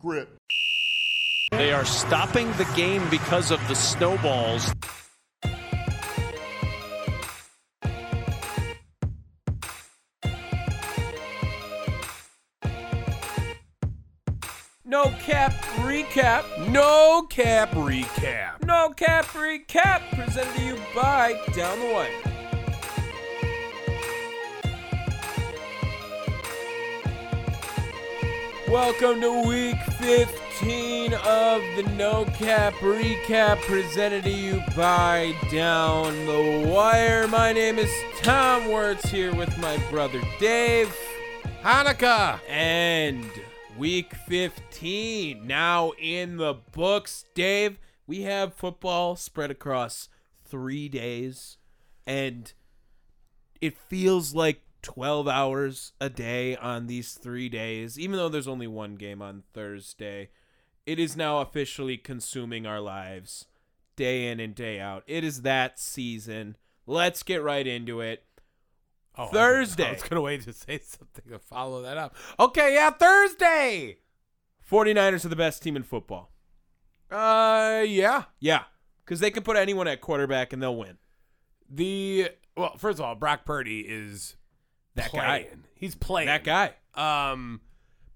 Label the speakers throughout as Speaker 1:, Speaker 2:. Speaker 1: grip.
Speaker 2: They are stopping the game because of the snowballs.
Speaker 3: No cap recap. No cap recap. No cap recap. Presented to you by Down the Wire. Welcome to week 15 of the No Cap Recap, presented to you by Down the Wire. My name is Tom Wertz here with my brother Dave.
Speaker 4: Hanukkah.
Speaker 3: And week 15 now in the books. Dave, we have football spread across three days, and it feels like 12 hours a day on these three days, even though there's only one game on Thursday. It is now officially consuming our lives day in and day out. It is that season. Let's get right into it.
Speaker 4: Oh, I was-
Speaker 3: Thursday.
Speaker 4: I was gonna wait to say something to follow that up. Okay, yeah, Thursday.
Speaker 3: 49ers are the best team in football.
Speaker 4: Uh, yeah.
Speaker 3: Yeah, because they can put anyone at quarterback and they'll win.
Speaker 4: The well, first of all, Brock Purdy is
Speaker 3: That guy.
Speaker 4: playing. He's playing
Speaker 3: That guy.
Speaker 4: guy. Um,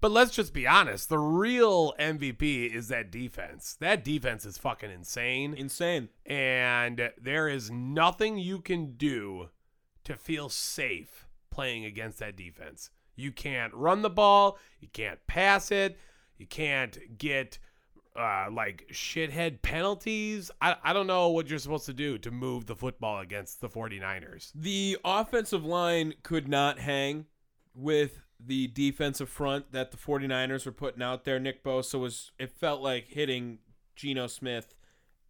Speaker 4: but let's just be honest. The real MVP is that defense. That defense is fucking insane.
Speaker 3: Insane.
Speaker 4: and there is nothing you can do to feel safe playing against that defense. You can't run the ball, you can't pass it, you can't get uh, like shithead penalties. I, I don't know what you're supposed to do to move the football against the 49ers.
Speaker 3: The offensive line could not hang with the defensive front that the 49ers were putting out there. Nick Bosa was, it felt like hitting Geno Smith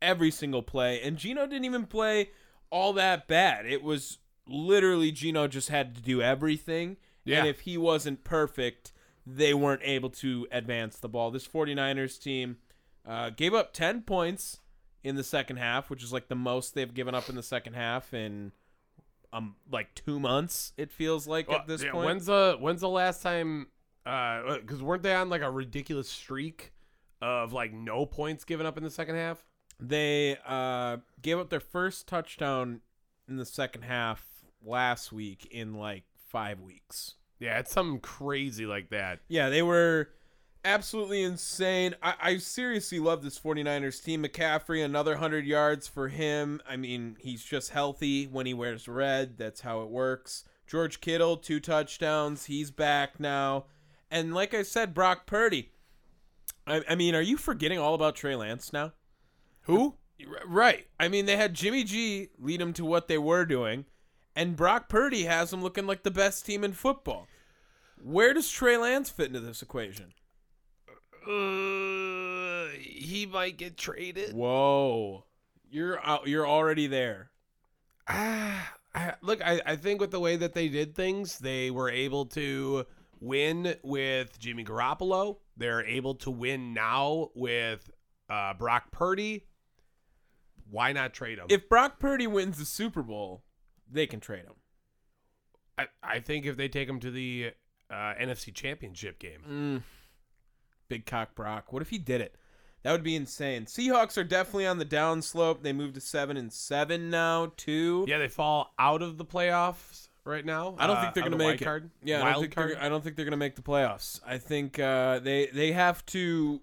Speaker 3: every single play. And Geno didn't even play all that bad. It was literally Geno just had to do everything.
Speaker 4: Yeah.
Speaker 3: And if he wasn't perfect, they weren't able to advance the ball. This 49ers team uh, gave up 10 points in the second half, which is like the most they've given up in the second half in um like two months. It feels like
Speaker 4: Well,
Speaker 3: at this
Speaker 4: Oh, yeah,
Speaker 3: point.
Speaker 4: When's the when's the last time? Because weren't they on like a ridiculous streak of like no points given up in the second half?
Speaker 3: they uh gave up their first touchdown in the second half last week in like five weeks.
Speaker 4: Yeah, it's something crazy like that.
Speaker 3: Yeah, they were absolutely insane. I, I seriously love this 49ers team. McCaffrey, another 100 yards for him. I mean, he's just healthy when he wears red. That's how it works. George Kittle, two touchdowns. He's back now. And like I said, Brock Purdy. I, I mean, are you forgetting all about Trey Lance now?
Speaker 4: Who?
Speaker 3: R- Right. I mean, they had Jimmy G lead them to what they were doing, and Brock Purdy has them looking like the best team in football. Where does Trey Lance fit into this equation?
Speaker 4: Uh, he might get traded.
Speaker 3: Whoa, you're out, you're already there.
Speaker 4: Ah, I, look, I, I think with the way that they did things, they were able to win with Jimmy Garoppolo. They're able to win now with uh, Brock Purdy. Why not trade him?
Speaker 3: If Brock Purdy wins the Super Bowl, they can trade him.
Speaker 4: I, I think if they take him to the uh, NFC Championship game,
Speaker 3: Mm. Big cock Brock. What if he did it? That would be insane. Seahawks are definitely on the downslope. They moved to seven and seven now too.
Speaker 4: yeah, they fall out of the playoffs right now.
Speaker 3: I don't
Speaker 4: uh,
Speaker 3: think they're
Speaker 4: out of
Speaker 3: gonna
Speaker 4: the
Speaker 3: make
Speaker 4: wild
Speaker 3: it.
Speaker 4: Card.
Speaker 3: Yeah, I don't,
Speaker 4: wild
Speaker 3: think
Speaker 4: card.
Speaker 3: They're, I don't think they're gonna make the playoffs. I think uh, they they have to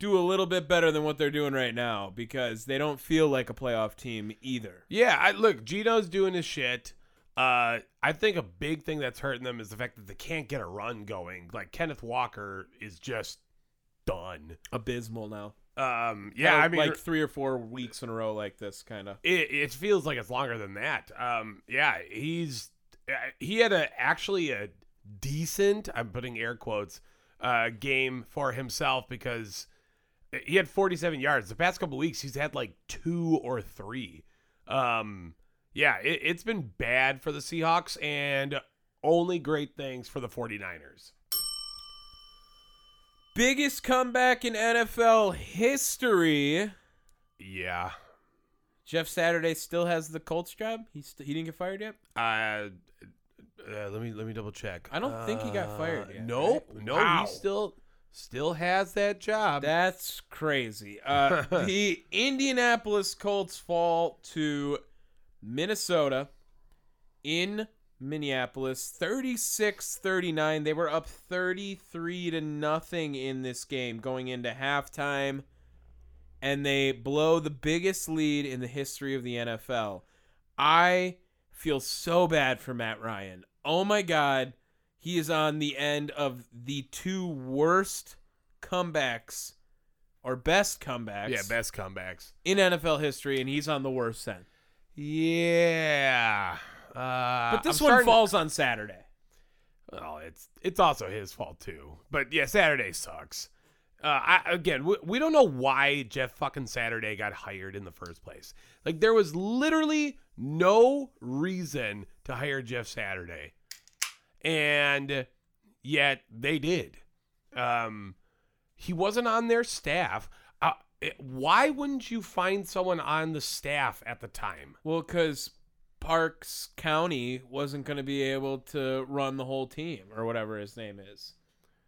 Speaker 3: do a little bit better than what they're doing right now because they don't feel like a playoff team either.
Speaker 4: Yeah, I look, Gino's doing his shit. Uh, I think a big thing that's hurting them is the fact that they can't get a run going. Like Kenneth Walker is just done.
Speaker 3: Abysmal now.
Speaker 4: Um, yeah, I mean,
Speaker 3: like three or four weeks in a row like this, kind of.
Speaker 4: it, it feels like it's longer than that. Um, yeah, he's uh, he had a actually a decent. I'm putting air quotes uh, game for himself because he had 47 yards. The past couple weeks, he's had like two or three. Um, yeah, it, it's been bad for the Seahawks and only great things for the 49ers.
Speaker 3: Biggest comeback in NFL history.
Speaker 4: Yeah.
Speaker 3: Jeff Saturday still has the Colts job. He st- he didn't get fired yet.
Speaker 4: Uh, uh, let me let me double check.
Speaker 3: I don't think he got
Speaker 4: Uh,
Speaker 3: fired yet,
Speaker 4: Nope.
Speaker 3: right?
Speaker 4: No,
Speaker 3: Wow.
Speaker 4: he's still still has that job.
Speaker 3: That's crazy. Uh, the Indianapolis Colts fall to Minnesota in Minneapolis 36 39. They were up 33 to nothing in this game going into halftime, and they blow the biggest lead in the history of the NFL. I feel so bad for Matt Ryan. Oh my God. He is on the end of the two worst comebacks or best comebacks
Speaker 4: yeah, best comebacks.
Speaker 3: in NFL history, and he's on the worst end.
Speaker 4: Yeah. Uh,
Speaker 3: But this
Speaker 4: I'm
Speaker 3: one
Speaker 4: starting-
Speaker 3: falls on Saturday.
Speaker 4: Well, it's it's also his fault too. But yeah, Saturday sucks. Uh, I, again, we, we don't know why Jeff fucking Saturday got hired in the first place. Like there was literally no reason to hire Jeff Saturday, and yet they did. Um, he wasn't on their staff. Uh, it- why wouldn't you find someone on the staff at the time?
Speaker 3: Well, because Parks County wasn't going to be able to run the whole team or whatever his name is.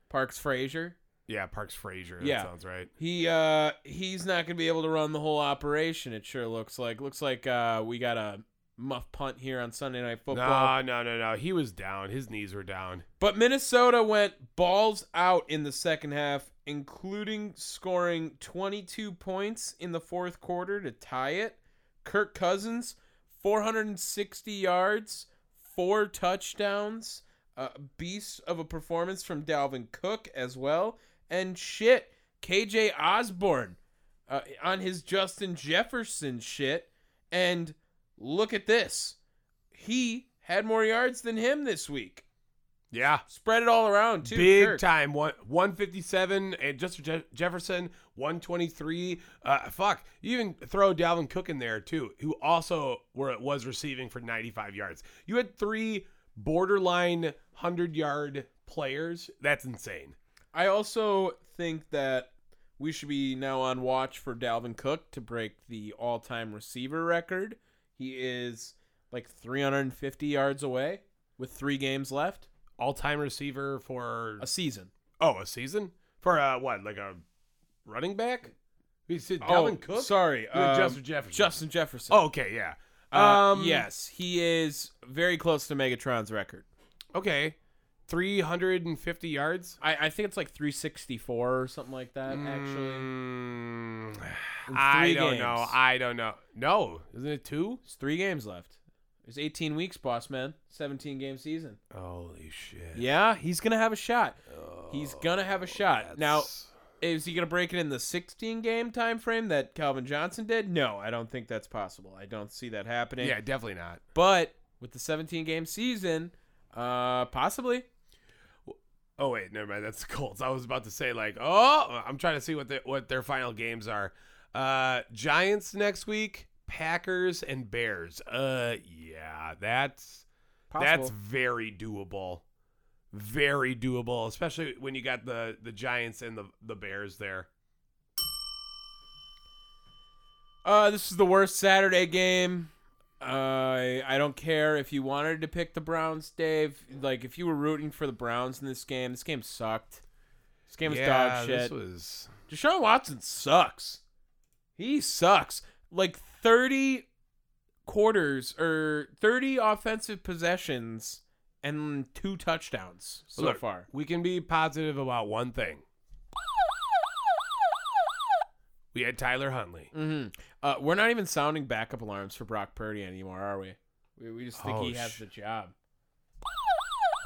Speaker 3: Parks Frazier.
Speaker 4: Yeah, Parks Frazier. That
Speaker 3: Yeah.
Speaker 4: sounds right.
Speaker 3: He uh he's not gonna be able to run the whole operation. It sure looks like looks like uh we got a muff punt here on Sunday Night Football.
Speaker 4: No, no, no, no. He was down. His knees were down.
Speaker 3: But Minnesota went balls out in the second half, including scoring 22 points in the fourth quarter to tie it. Kirk Cousins, 460 yards, four touchdowns, a beast of a performance from Dalvin Cook as well. And shit, KJ Osborne uh, on his Justin Jefferson shit. And look at this. He had more yards than him this week
Speaker 4: Yeah.
Speaker 3: spread it all around too.
Speaker 4: Big
Speaker 3: Kirk.
Speaker 4: time. One, 157 and Justin Je- Jefferson, 123. Uh, fuck. You even throw Dalvin Cook in there, too, who also were, was receiving for 95 yards. You had three borderline 100 yard players. That's insane.
Speaker 3: I also think that we should be now on watch for Dalvin Cook to break the all-time receiver record. He is like 350 yards away with three games left.
Speaker 4: All time receiver for.
Speaker 3: A season.
Speaker 4: oh, a season? For uh, what? Like a running back? You said Dalvin
Speaker 3: Oh,
Speaker 4: Cook?
Speaker 3: Sorry,
Speaker 4: You had
Speaker 3: um,
Speaker 4: Justin Jefferson.
Speaker 3: Justin Jefferson.
Speaker 4: Oh, okay. Yeah. Um,
Speaker 3: Uh, yes, he is very close to Megatron's record.
Speaker 4: Okay. 350 yards.
Speaker 3: I, I think it's like 364 or something like that. Actually,
Speaker 4: Mm,
Speaker 3: In
Speaker 4: I
Speaker 3: three
Speaker 4: don't know.
Speaker 3: games.
Speaker 4: I don't know. No, isn't it two?
Speaker 3: There's three games left. There's 18 weeks, boss man. 17 game season.
Speaker 4: Holy shit!
Speaker 3: Yeah, he's gonna have a shot.
Speaker 4: Oh,
Speaker 3: he's gonna have a shot. Now, is he gonna break it in the 16 game time frame that Calvin Johnson did? No, I don't think that's possible. I don't see that happening.
Speaker 4: Yeah, definitely not.
Speaker 3: But with the 17 game season, uh, possibly.
Speaker 4: Oh wait, never mind. That's the Colts. I was about to say like, oh, I'm trying to see what the, what their final games are. Uh, Giants next week, Packers and Bears. Uh, yeah, that's
Speaker 3: Possible.
Speaker 4: that's very doable, very doable, especially when you got the the Giants and the the Bears there.
Speaker 3: Uh, this is the worst Saturday game. Uh, I I don't care if you wanted to pick the Browns, Dave. Like, if you were rooting for the Browns in this game, this game sucked. This game was dog shit.
Speaker 4: This was
Speaker 3: Deshaun Watson sucks. He sucks. Like 30 quarters or 30 offensive possessions and two touchdowns so
Speaker 4: Look,
Speaker 3: far.
Speaker 4: We can be positive about one thing. We had Tyler Huntley.
Speaker 3: hmm Uh, we're not even sounding backup alarms for Brock Purdy anymore, are we? We, we just think
Speaker 4: Oh,
Speaker 3: he has
Speaker 4: sh-
Speaker 3: the job.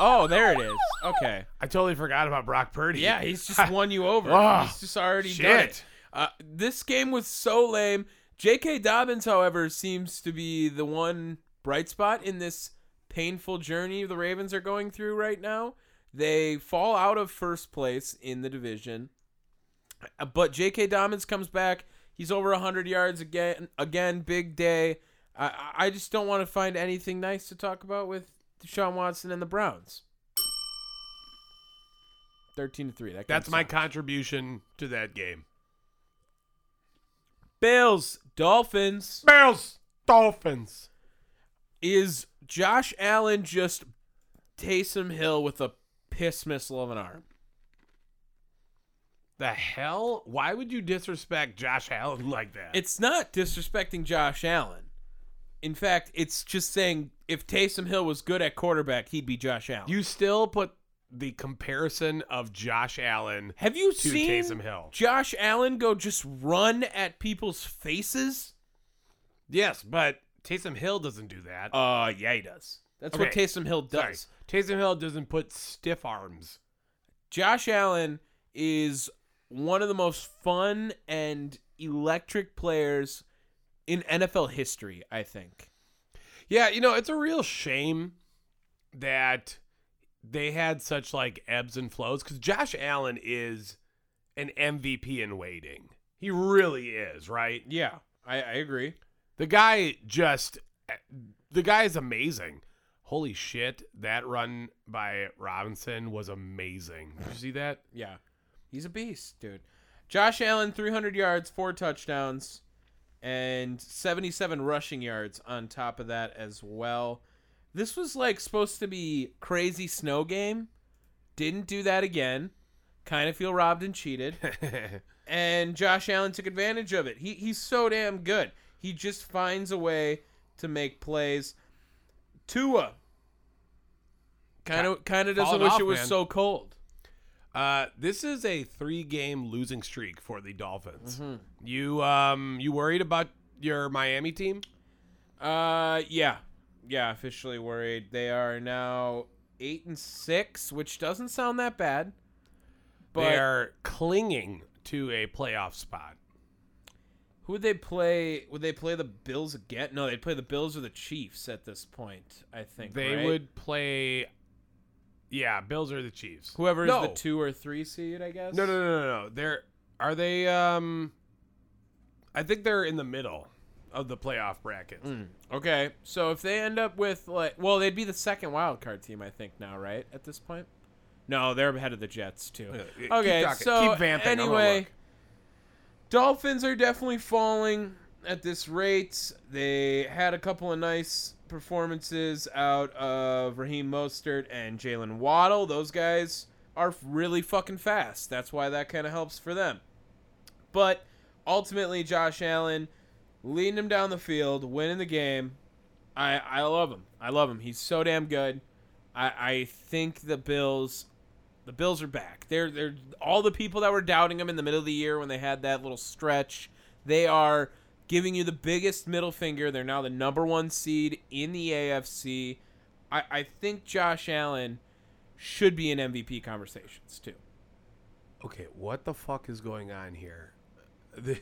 Speaker 3: Oh, there it is. Okay.
Speaker 4: I totally forgot about Brock Purdy.
Speaker 3: Yeah, he's just won you over.
Speaker 4: Oh,
Speaker 3: he's just already done it.
Speaker 4: shit.
Speaker 3: Uh, this game was so lame. J.K. Dobbins, however, seems to be the one bright spot in this painful journey the Ravens are going through right now. They fall out of first place in the division, Uh, but J.K. Dobbins comes back. He's over 100 yards again. Again, big day. I- I, I just don't want to find anything nice to talk about with Deshaun Watson and the Browns. 13 to three. That game
Speaker 4: That's my
Speaker 3: sucked.
Speaker 4: contribution to that game.
Speaker 3: Bills, Dolphins.
Speaker 4: Bills, Dolphins.
Speaker 3: Is Josh Allen just Taysom Hill with a piss missile of an arm?
Speaker 4: The hell? Why would you disrespect Josh Allen like that?
Speaker 3: It's not disrespecting Josh Allen. In fact, it's just saying if Taysom Hill was good at quarterback, he'd be Josh Allen.
Speaker 4: you still put the comparison of Josh Allen
Speaker 3: Have you
Speaker 4: to
Speaker 3: seen
Speaker 4: Taysom Hill.
Speaker 3: Josh Allen go just run at people's faces?
Speaker 4: Yes, but Taysom Hill doesn't do that.
Speaker 3: Uh, yeah, he does. That's what
Speaker 4: Okay.
Speaker 3: Taysom Hill does.
Speaker 4: Sorry. Taysom Hill doesn't put stiff arms.
Speaker 3: Josh Allen is one of the most fun and electric players in NFL history, I think.
Speaker 4: Yeah, you know, it's a real shame that they had such like ebbs and flows because Josh Allen is an MVP in waiting. He really is, right?
Speaker 3: Yeah, I, I agree.
Speaker 4: The guy just, the guy is amazing. Holy shit, that run by Robinson was amazing. Did you see that?
Speaker 3: Yeah. He's a beast, dude. Josh Allen, 300 yards, four touchdowns, and 77 rushing yards on top of that as well. This was like supposed to be crazy snow game. Didn't do that again. Kind of feel robbed and cheated. and Josh Allen took advantage of it. He he's so damn good. He just finds a way to make plays. Tua kind of kind of doesn't
Speaker 4: Falling
Speaker 3: wish
Speaker 4: off,
Speaker 3: it was
Speaker 4: man.
Speaker 3: so cold.
Speaker 4: Uh, this is a three-game losing streak for the Dolphins. You um, you worried about your Miami team?
Speaker 3: Uh, yeah, yeah. Officially worried. They are now eight and six, which doesn't sound that bad. But
Speaker 4: they are clinging to a playoff spot.
Speaker 3: who would they play? Would they play the Bills again? No, they'd play the Bills or the Chiefs at this point. I think
Speaker 4: They
Speaker 3: right?
Speaker 4: would play. Yeah, Bills or the Chiefs.
Speaker 3: Whoever is the
Speaker 4: No.
Speaker 3: two or three seed, I guess.
Speaker 4: No, no, no, no, no. They're are they? Um, I think they're in the middle of the playoff bracket.
Speaker 3: Okay, so if they end up with like, well, they'd be the second wild card team, I think now, right? At this point, no, they're ahead of the Jets too.
Speaker 4: Yeah, yeah, keep
Speaker 3: Okay,
Speaker 4: talking,
Speaker 3: so
Speaker 4: keep vamping, I'm gonna
Speaker 3: anyway,
Speaker 4: look.
Speaker 3: Dolphins are definitely falling at this rate. They had a couple of nice performances out of Raheem Mostert and Jalen Waddle. Those guys are really fucking fast. That's why that kind of helps for them. But ultimately, Josh Allen leading him down the field, winning the game. I I love him. I love him. He's so damn good. I I think the Bills, the Bills are back. They're they're all the people that were doubting him in the middle of the year when they had that little stretch. They are giving you the biggest middle finger. They're now the number one seed in the AFC. I I think Josh Allen should be in MVP conversations too.
Speaker 4: Okay, what the fuck is going on here?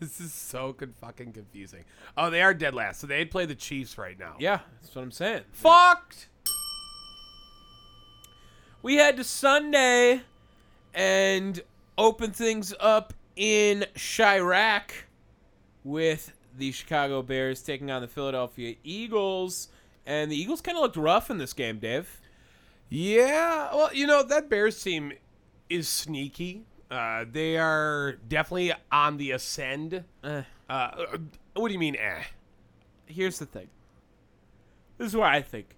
Speaker 4: This is so con- fucking confusing. Oh, they are dead last, so they'd play the Chiefs right now.
Speaker 3: Yeah, that's what I'm saying.
Speaker 4: Fucked.
Speaker 3: we head to Sunday and open things up in Chirac with the Chicago Bears taking on the Philadelphia Eagles. And the Eagles kind of looked rough in this game, Dave.
Speaker 4: Yeah. Well, you know that Bears team is sneaky. Uh, they are definitely on the ascend.
Speaker 3: Eh,
Speaker 4: Uh, what do you mean? Eh.
Speaker 3: here's the thing. This is what I think.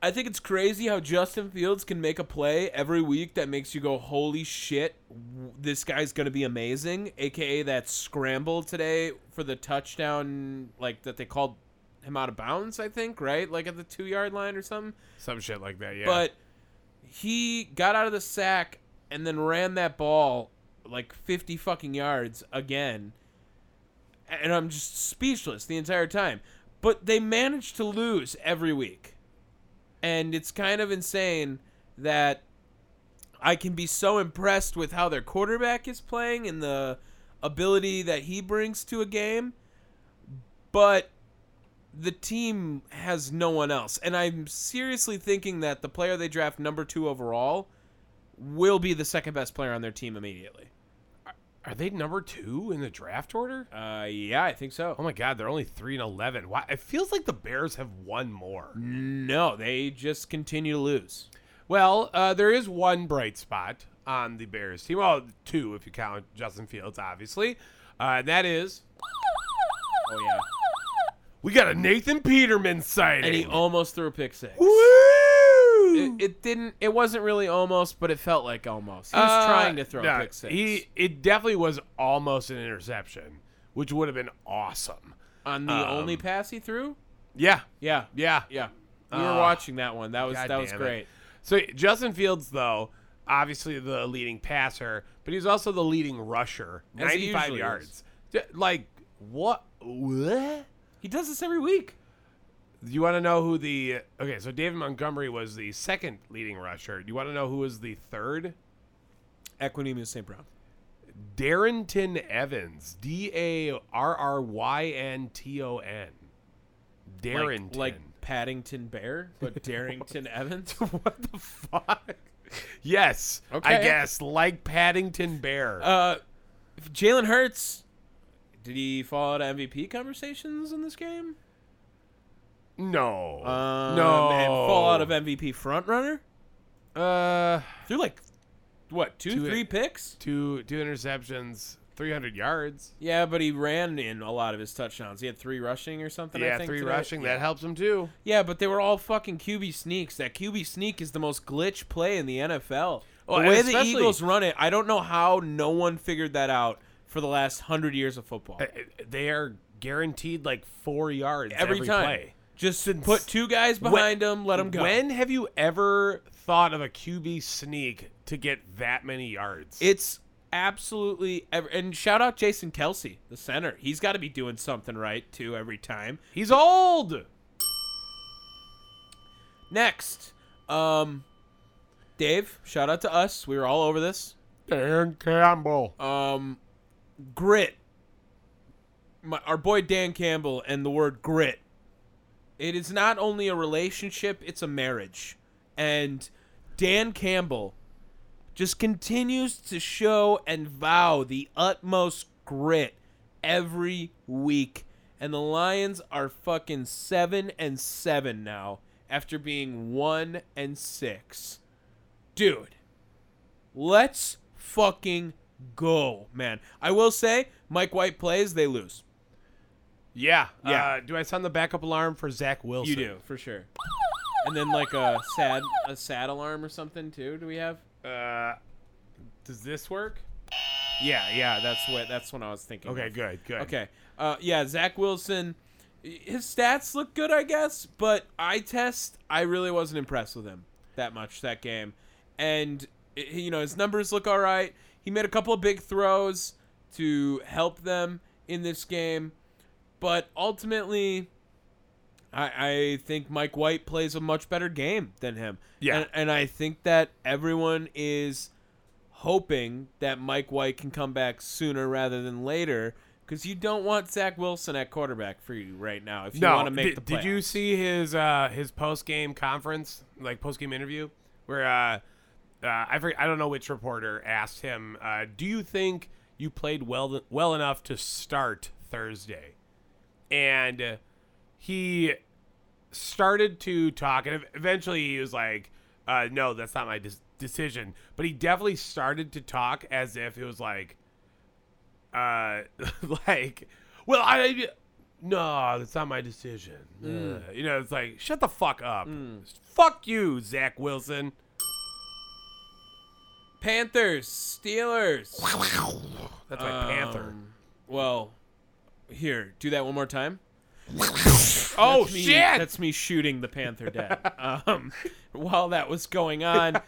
Speaker 3: I think it's crazy how Justin Fields can make a play every week that makes you go, "Holy shit, w- this guy's gonna be amazing." AKA that scramble today for the touchdown, like that they called him out of bounds. I think right, like at the two yard line or something.
Speaker 4: Some shit like that. Yeah.
Speaker 3: But he got out of the sack and then ran that ball like 50 fucking yards again. And I'm just speechless the entire time. But they manage to lose every week. And it's kind of insane that I can be so impressed with how their quarterback is playing and the ability that he brings to a game. But the team has no one else. And I'm seriously thinking that the player they draft number two overall will be the second best player on their team immediately.
Speaker 4: are they number two in the draft order?
Speaker 3: Uh, yeah, I think
Speaker 4: Oh
Speaker 3: so.
Speaker 4: my God, they're only three and eleven. Why? It feels like the Bears have one more.
Speaker 3: No, they just continue to lose.
Speaker 4: Well, uh, there is one bright spot on the Bears team. Well, two if you count Justin Fields, obviously. Uh, and that is
Speaker 3: Oh, yeah.
Speaker 4: we got a Nathan Peterman sighting.
Speaker 3: And he almost threw a pick six.
Speaker 4: Woo!
Speaker 3: it, it didn't. It wasn't really almost, but it felt like almost. He was
Speaker 4: Uh,
Speaker 3: trying to throw
Speaker 4: no,
Speaker 3: a pick six
Speaker 4: He it definitely was almost an interception, which would have been awesome.
Speaker 3: on the
Speaker 4: um,
Speaker 3: only pass he threw.
Speaker 4: Yeah,
Speaker 3: Yeah,
Speaker 4: yeah,
Speaker 3: yeah. We were
Speaker 4: Ah.
Speaker 3: watching that one. That was
Speaker 4: God
Speaker 3: that was
Speaker 4: damn it.
Speaker 3: great.
Speaker 4: So Justin Fields, though, obviously the leading passer, but he's also the leading rusher,
Speaker 3: As he
Speaker 4: ninety-five
Speaker 3: usually
Speaker 4: yards. D- Like what? What?
Speaker 3: He does this every week.
Speaker 4: You want to know who the okay? So David Montgomery was the second leading rusher. You want to know who was the third?
Speaker 3: Equanimous St. Brown.
Speaker 4: Darrington Evans, D A R R Y N T O N. Darrington.
Speaker 3: Like, like Paddington Bear, but Darrington Evans.
Speaker 4: what the fuck? Yes, I
Speaker 3: Okay.
Speaker 4: guess like Paddington Bear.
Speaker 3: Uh, Jalen Hurts. Did he fall out of MVP conversations in this game?
Speaker 4: no,
Speaker 3: Um,
Speaker 4: no,
Speaker 3: And fall out of MVP frontrunner?
Speaker 4: Uh,
Speaker 3: Through like, what, two,
Speaker 4: Two-
Speaker 3: three picks?
Speaker 4: two two interceptions, three hundred yards.
Speaker 3: Yeah, but he ran in a lot of his touchdowns. He had three rushing or something, I
Speaker 4: yeah,
Speaker 3: think.
Speaker 4: three
Speaker 3: today.
Speaker 4: rushing. That helps him too.
Speaker 3: Yeah, but they were all fucking QB sneaks. That QB sneak is the most glitch play in the NFL.
Speaker 4: Oh,
Speaker 3: the
Speaker 4: and
Speaker 3: way the
Speaker 4: especially-
Speaker 3: Eagles run it, I don't know how no one figured that out for the last hundred years of football.
Speaker 4: Uh, They are guaranteed like four yards
Speaker 3: Every, time,
Speaker 4: play.
Speaker 3: just to put two guys behind him, let him go.
Speaker 4: When have you ever thought of a QB sneak to get that many yards?
Speaker 3: It's absolutely ever. And shout out Jason Kelsey, the center. He's got to be doing something right too every time.
Speaker 4: He's old.
Speaker 3: Next, um, Dave, shout out to us. We were all over this.
Speaker 4: Dan Campbell.
Speaker 3: Um, grit. My, our boy Dan Campbell and the word grit. It is not only a relationship, it's a marriage. And Dan Campbell just continues to show and vow the utmost grit every week. And the Lions are fucking 7 and 7 now after being 1 and 6. Dude, Let's fucking go, man. I will say, Mike White plays, they lose.
Speaker 4: Yeah,
Speaker 3: Yeah.
Speaker 4: Uh, do I sound the backup alarm for Zach Wilson?
Speaker 3: You do for sure. And then like a sad, a sad alarm or something too. Do we have?
Speaker 4: Uh, does this work?
Speaker 3: Yeah, yeah. Uh, That's what. That's what I was thinking.
Speaker 4: Okay,
Speaker 3: of.
Speaker 4: good, good.
Speaker 3: Okay. Uh, yeah, Zach Wilson. His stats look good, I guess, but I test. I really wasn't impressed with him that much that game, and eh, you know his numbers look all right. He made a couple of big throws to help them in this game, but ultimately, I, I think Mike White plays a much better game than him.
Speaker 4: Yeah.
Speaker 3: and, and I think that everyone is hoping that Mike White can come back sooner rather than later because you don't want Zach Wilson at quarterback for you right now if you
Speaker 4: No.
Speaker 3: want to make
Speaker 4: did,
Speaker 3: the
Speaker 4: did you
Speaker 3: playoffs.
Speaker 4: see his uh, his post game conference, like post game interview, where uh, uh, I forget, I don't know which reporter asked him, uh, "Do you think you played well well enough to start Thursday?" And uh, he started to talk, and ev- eventually he was like, uh, "No, that's not my des- decision." But he definitely started to talk as if it was like, uh, like, well, I no, that's not my decision. Uh, you know, it's like, shut the fuck up. Fuck you, Zach Wilson.
Speaker 3: Panthers, Steelers?
Speaker 4: That's my panther.
Speaker 3: Well, here, do that one more time. oh
Speaker 4: That's me-
Speaker 3: shit!
Speaker 4: that's
Speaker 3: That's me shooting the Panther dead. um, while that was going on,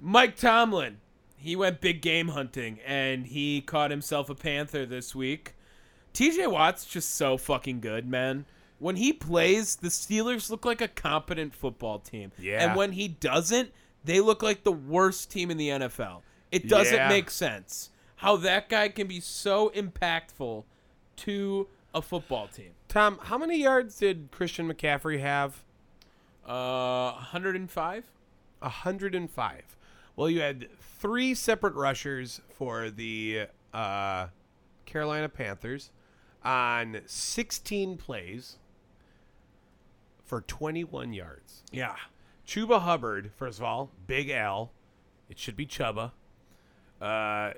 Speaker 3: Mike Tomlin, he went big game hunting and he caught himself a Panther this week. TJ Watt's just so fucking good, man. When he plays, the Steelers look like a competent football team.
Speaker 4: Yeah.
Speaker 3: And when he doesn't, they look like the worst team in the NFL. It doesn't
Speaker 4: Yeah.
Speaker 3: make sense how that guy can be so impactful to a football team.
Speaker 4: Tom, how many yards did Christian McCaffrey have?
Speaker 3: Uh, 105.
Speaker 4: 105. Well, you had three separate rushers for the uh, Carolina Panthers on 16 plays for 21 yards.
Speaker 3: Yeah.
Speaker 4: Chuba Hubbard, first of all, Big L. It should be Chuba. Uh,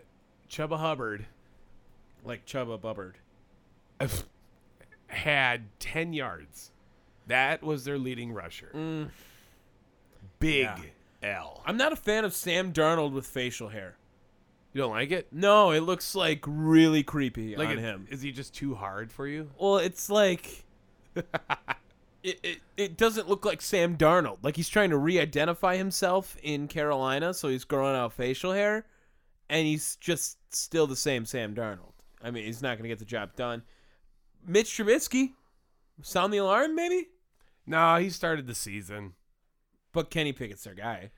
Speaker 4: Chuba Hubbard
Speaker 3: Like Chuba Bubbard. Mm.
Speaker 4: had 10 yards. That was their leading rusher. big L.
Speaker 3: I'm not a fan of Sam Darnold with facial hair.
Speaker 4: You don't like it?
Speaker 3: No, it looks like really creepy
Speaker 4: Like
Speaker 3: on
Speaker 4: it-
Speaker 3: him.
Speaker 4: Is he just too hard for you?
Speaker 3: Well, it's like it, it it doesn't look like Sam Darnold. Like he's trying to re-identify himself in Carolina, so he's growing out facial hair, and he's just still the same Sam Darnold. I mean, he's not going to get the job done. Mitch Trubisky, sound the alarm, maybe.
Speaker 4: No, he started the season.
Speaker 3: But Kenny Pickett's their guy.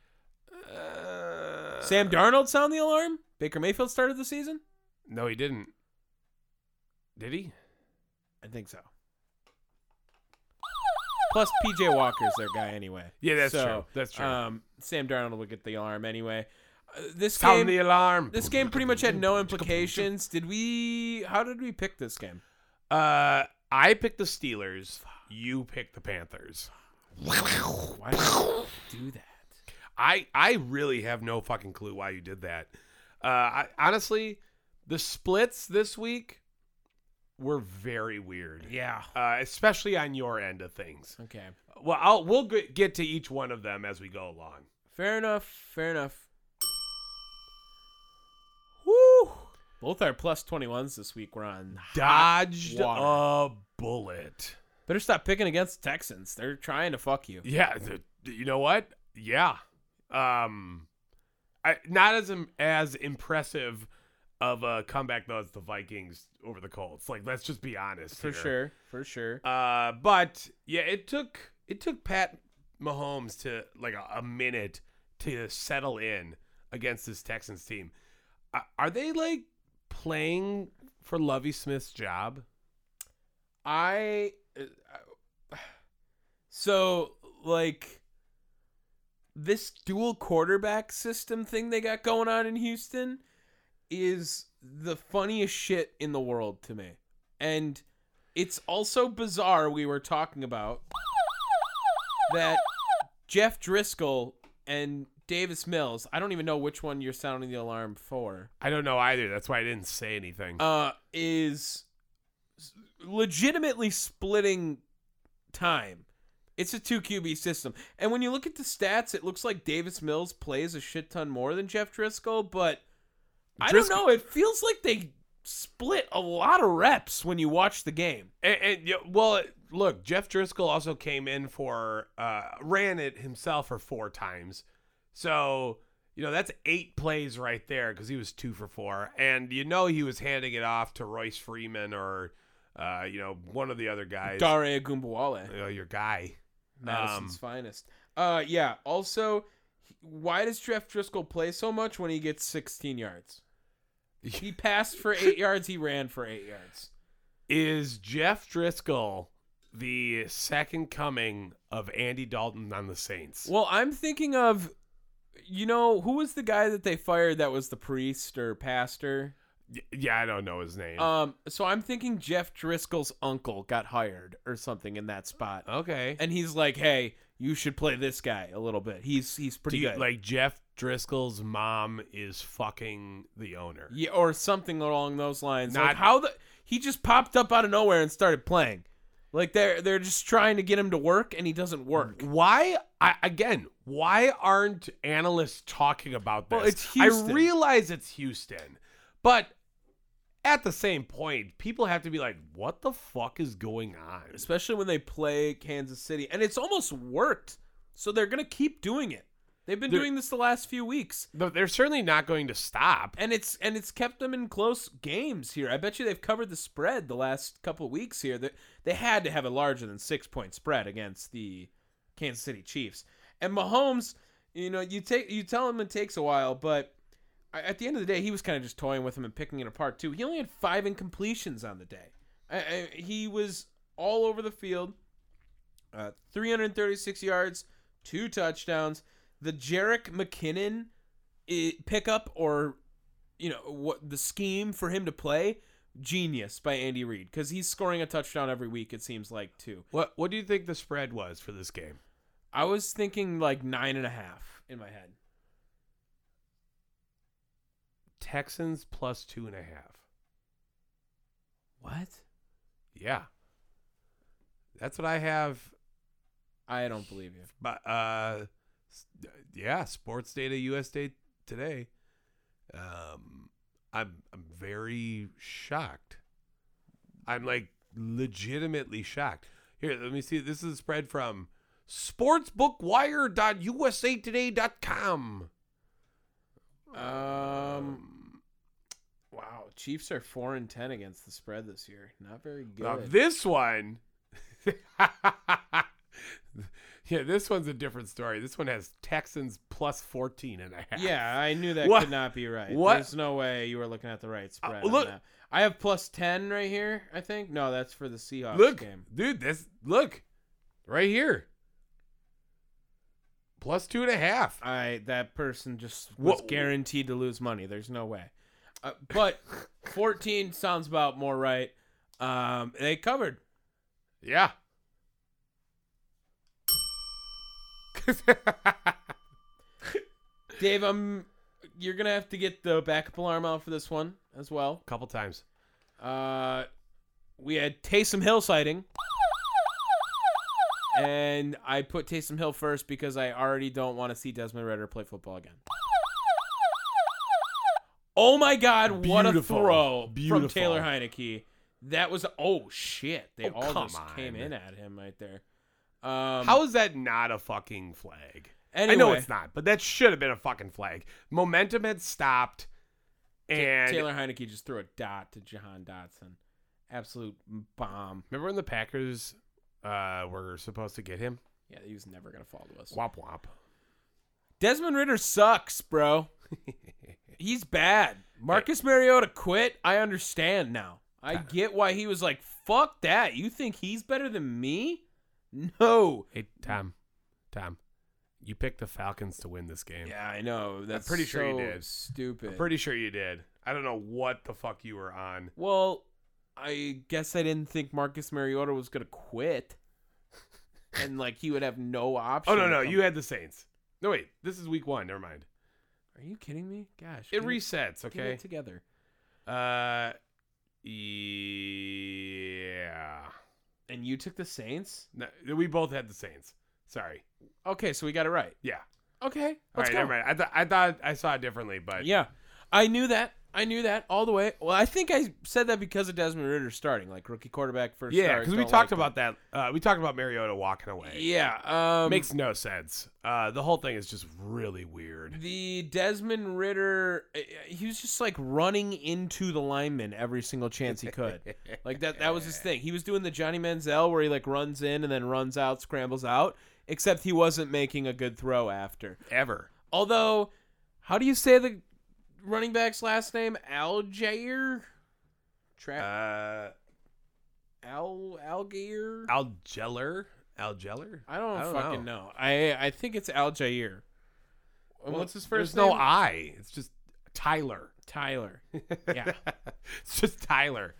Speaker 4: Uh,
Speaker 3: Sam Darnold sound the alarm. Baker Mayfield started the season.
Speaker 4: No, he didn't. Did he?
Speaker 3: I think so. Plus, PJ Walker's their guy anyway.
Speaker 4: Yeah, that's
Speaker 3: So,
Speaker 4: true. That's true.
Speaker 3: Um, Sam Darnold will get the arm anyway. Uh, this
Speaker 4: Sound the
Speaker 3: game,
Speaker 4: alarm.
Speaker 3: this game pretty much had no implications. Did we? How did we pick this game?
Speaker 4: Uh, I picked the Steelers. You picked the Panthers.
Speaker 3: Why did we do that?
Speaker 4: I I really have no fucking clue why you did that. Uh, I, honestly, the splits this week were very weird.
Speaker 3: Yeah.
Speaker 4: Uh, especially on your end of things.
Speaker 3: Okay.
Speaker 4: Well, I'll, we'll g- get to each one of them as we go along.
Speaker 3: Fair enough. Fair enough. Woo! Both our plus twenty ones this week were on.
Speaker 4: Dodged
Speaker 3: water.
Speaker 4: a bullet.
Speaker 3: Better stop picking against Texans. They're trying to fuck you.
Speaker 4: Yeah, th- you know what? Yeah. Um I, not as im- as impressive of a comeback though as the Vikings over the Colts. Like let's just be honest
Speaker 3: For
Speaker 4: here.
Speaker 3: sure. For sure.
Speaker 4: Uh but yeah, it took it took Pat Mahomes to like a, a minute to settle in against this Texans team. A- are they like playing for Lovey Smith's job?
Speaker 3: I uh, I- so like this dual quarterback system thing they got going on in Houston is the funniest shit in the world to me. And it's also bizarre we were talking about that Jeff Driscoll and Davis Mills, I don't even know which one you're sounding the alarm for
Speaker 4: I don't know either. That's why I didn't say anything.
Speaker 3: uh, is s- legitimately splitting time. It's a two QB system, and when you look at the stats, it looks like Davis Mills plays a shit ton more than Jeff Driscoll. But I don't know;
Speaker 4: Driscoll-
Speaker 3: it feels like they split a lot of reps when you watch the game.
Speaker 4: And, and yeah, well, look, Jeff Driscoll also came in for uh, ran it himself for four times, so you know that's eight plays right there because he was two for four, and you know he was handing it off to Royce Freeman or uh, you know one of the other guys,
Speaker 3: Dare Agumbawale.
Speaker 4: you know, your guy.
Speaker 3: Madison's
Speaker 4: Um,
Speaker 3: finest. Uh, yeah. Also, he- why does Jeff Driscoll play so much when he gets 16 yards? He passed for eight yards. He ran for eight yards.
Speaker 4: Is Jeff Driscoll the second coming of Andy Dalton on the Saints?
Speaker 3: Well, I'm thinking of, you know, who was the guy that they fired that was the priest or pastor?
Speaker 4: Y- yeah, I don't know his name.
Speaker 3: Um, so I'm thinking Jeff Driscoll's uncle got hired or something in that spot,
Speaker 4: Oh, okay,
Speaker 3: and he's like, "Hey, you should play this guy a little bit. He's he's pretty
Speaker 4: Do you-
Speaker 3: good."
Speaker 4: Like Jeff Driscoll's mom is fucking the owner.
Speaker 3: Yeah, or something along those lines. like
Speaker 4: Not-
Speaker 3: how the he just popped up out of nowhere and started playing. Like they're they're just trying to get him to work and he doesn't work.
Speaker 4: Why? I, again, why aren't analysts talking about this?
Speaker 3: Well, it's Houston.
Speaker 4: I realize it's Houston, but at the same point, people have to be like, "What the fuck is going on?"
Speaker 3: Especially when they play Kansas City. And it's almost worked. So they're gonna keep doing it. They've been
Speaker 4: They're-
Speaker 3: doing this the last few weeks.
Speaker 4: But They're certainly not going to stop.
Speaker 3: And it's and it's kept them in close games here. I bet you they've covered the spread the last couple weeks here. That they had to have a larger than six point spread against the Kansas City Chiefs. And Mahomes, you know, you take you tell him it takes a while, but I- at the end of the day, he was kind of just toying with him and picking it apart too. He only had five incompletions on the day. I, I, he was all over the field. Uh, 336 yards, two touchdowns. The Jarek McKinnon i pickup or you know what the scheme for him to play genius by Andy Reid because he's scoring a touchdown every week. It seems like too.
Speaker 4: What What do you think the spread was for this game?
Speaker 3: I was thinking like nine and a half in my head.
Speaker 4: Texans plus two and a half.
Speaker 3: What?
Speaker 4: Yeah, that's what I have.
Speaker 3: I don't believe you.
Speaker 4: But uh, yeah, sports data US Day today. Um I'm I'm very shocked. I'm like legitimately shocked. Here, let me see. This is a spread from sportsbookwire.usatoday.com.
Speaker 3: Um, wow, Chiefs are four and ten against the spread this year. Not very good.
Speaker 4: Now this one Yeah, this one's a different story. This one has Texans plus 14 and a half.
Speaker 3: yeah, I knew that
Speaker 4: What-
Speaker 3: could not be right.
Speaker 4: what- Uh,
Speaker 3: There's no way you were looking at the right spread. on
Speaker 4: look-
Speaker 3: that. I have plus ten right here. I think no, that's for the Seahawks
Speaker 4: Look,
Speaker 3: game.
Speaker 4: dude, this look right here. Plus two and a half.
Speaker 3: I that person just was
Speaker 4: Wha-
Speaker 3: guaranteed to lose money. There's no way. Uh, but 14 sounds about more right. Um, they covered.
Speaker 4: Yeah.
Speaker 3: Dave, I'm you're gonna have to get the backup alarm out for this one as well.
Speaker 4: Couple times.
Speaker 3: Uh, we had Taysom Hill sighting, and I put Taysom Hill first because I already don't want to see Desmond Ritter play football again. Oh my God! What a
Speaker 4: Beautiful.
Speaker 3: throw from
Speaker 4: Beautiful.
Speaker 3: Taylor Heineke. That was oh shit! They
Speaker 4: Oh,
Speaker 3: all
Speaker 4: come
Speaker 3: just came
Speaker 4: on.
Speaker 3: in at him right there. Um,
Speaker 4: How is that not a fucking flag?
Speaker 3: Anyway,
Speaker 4: I know it's not, but that should have been a fucking flag. Momentum had stopped. And
Speaker 3: Taylor Heineke just threw a dot to Jahan Dotson. Absolute bomb.
Speaker 4: remember when the Packers uh, were supposed to get him?
Speaker 3: Yeah, he was never gonna fall to us.
Speaker 4: Womp womp.
Speaker 3: Desmond Ritter sucks, bro. He's bad. Marcus Mariota quit. I understand now. I get why he was like, fuck that. You think he's better than me? No.
Speaker 4: Hey, Tom. Tom. You picked the Falcons to win this game.
Speaker 3: Yeah, I know. That's
Speaker 4: pretty sure he
Speaker 3: so
Speaker 4: did.
Speaker 3: Stupid.
Speaker 4: Pretty sure you did. I don't know what the fuck you were on.
Speaker 3: well, I guess I didn't think Marcus Mariota was gonna quit. and like he would have no option.
Speaker 4: Oh no
Speaker 3: to
Speaker 4: no,
Speaker 3: come-
Speaker 4: you had the Saints. No wait, this is week one. Never mind.
Speaker 3: Are you kidding me? Gosh.
Speaker 4: It
Speaker 3: get
Speaker 4: resets.
Speaker 3: get it
Speaker 4: Okay.
Speaker 3: together.
Speaker 4: Uh, yeah.
Speaker 3: And you took the Saints?
Speaker 4: No, we both had the Saints. Sorry.
Speaker 3: Okay, so we got it right.
Speaker 4: Yeah.
Speaker 3: Okay.
Speaker 4: All
Speaker 3: Let's
Speaker 4: right.
Speaker 3: go.
Speaker 4: Never mind. I thought I thought I saw it differently, but
Speaker 3: Yeah, I knew that. I knew that all the way. Well, I think I said that because of Desmond Ritter starting, like rookie quarterback first.
Speaker 4: yeah, because we talked about that. Uh, we talked about Mariota walking away.
Speaker 3: Yeah, um,
Speaker 4: Makes no sense. Uh, the whole thing is just really weird.
Speaker 3: the Desmond Ritter. uh, He was just like running into the lineman every single chance he could. like that. That was his thing. He was doing the Johnny Manziel where he like runs in and then runs out, scrambles out. Except he wasn't making a good throw after.
Speaker 4: Ever.
Speaker 3: Although, how do you say the running back's last name? Algier. Trap.
Speaker 4: Uh,
Speaker 3: Al Algier.
Speaker 4: Algeller. Algeller.
Speaker 3: I don't,
Speaker 4: I don't
Speaker 3: fucking know. I I think it's Al Jair.
Speaker 4: Well,
Speaker 3: What's his
Speaker 4: There's
Speaker 3: first
Speaker 4: no
Speaker 3: name?
Speaker 4: I. It's just Tyler.
Speaker 3: Tyler. Yeah.
Speaker 4: it's just Tyler.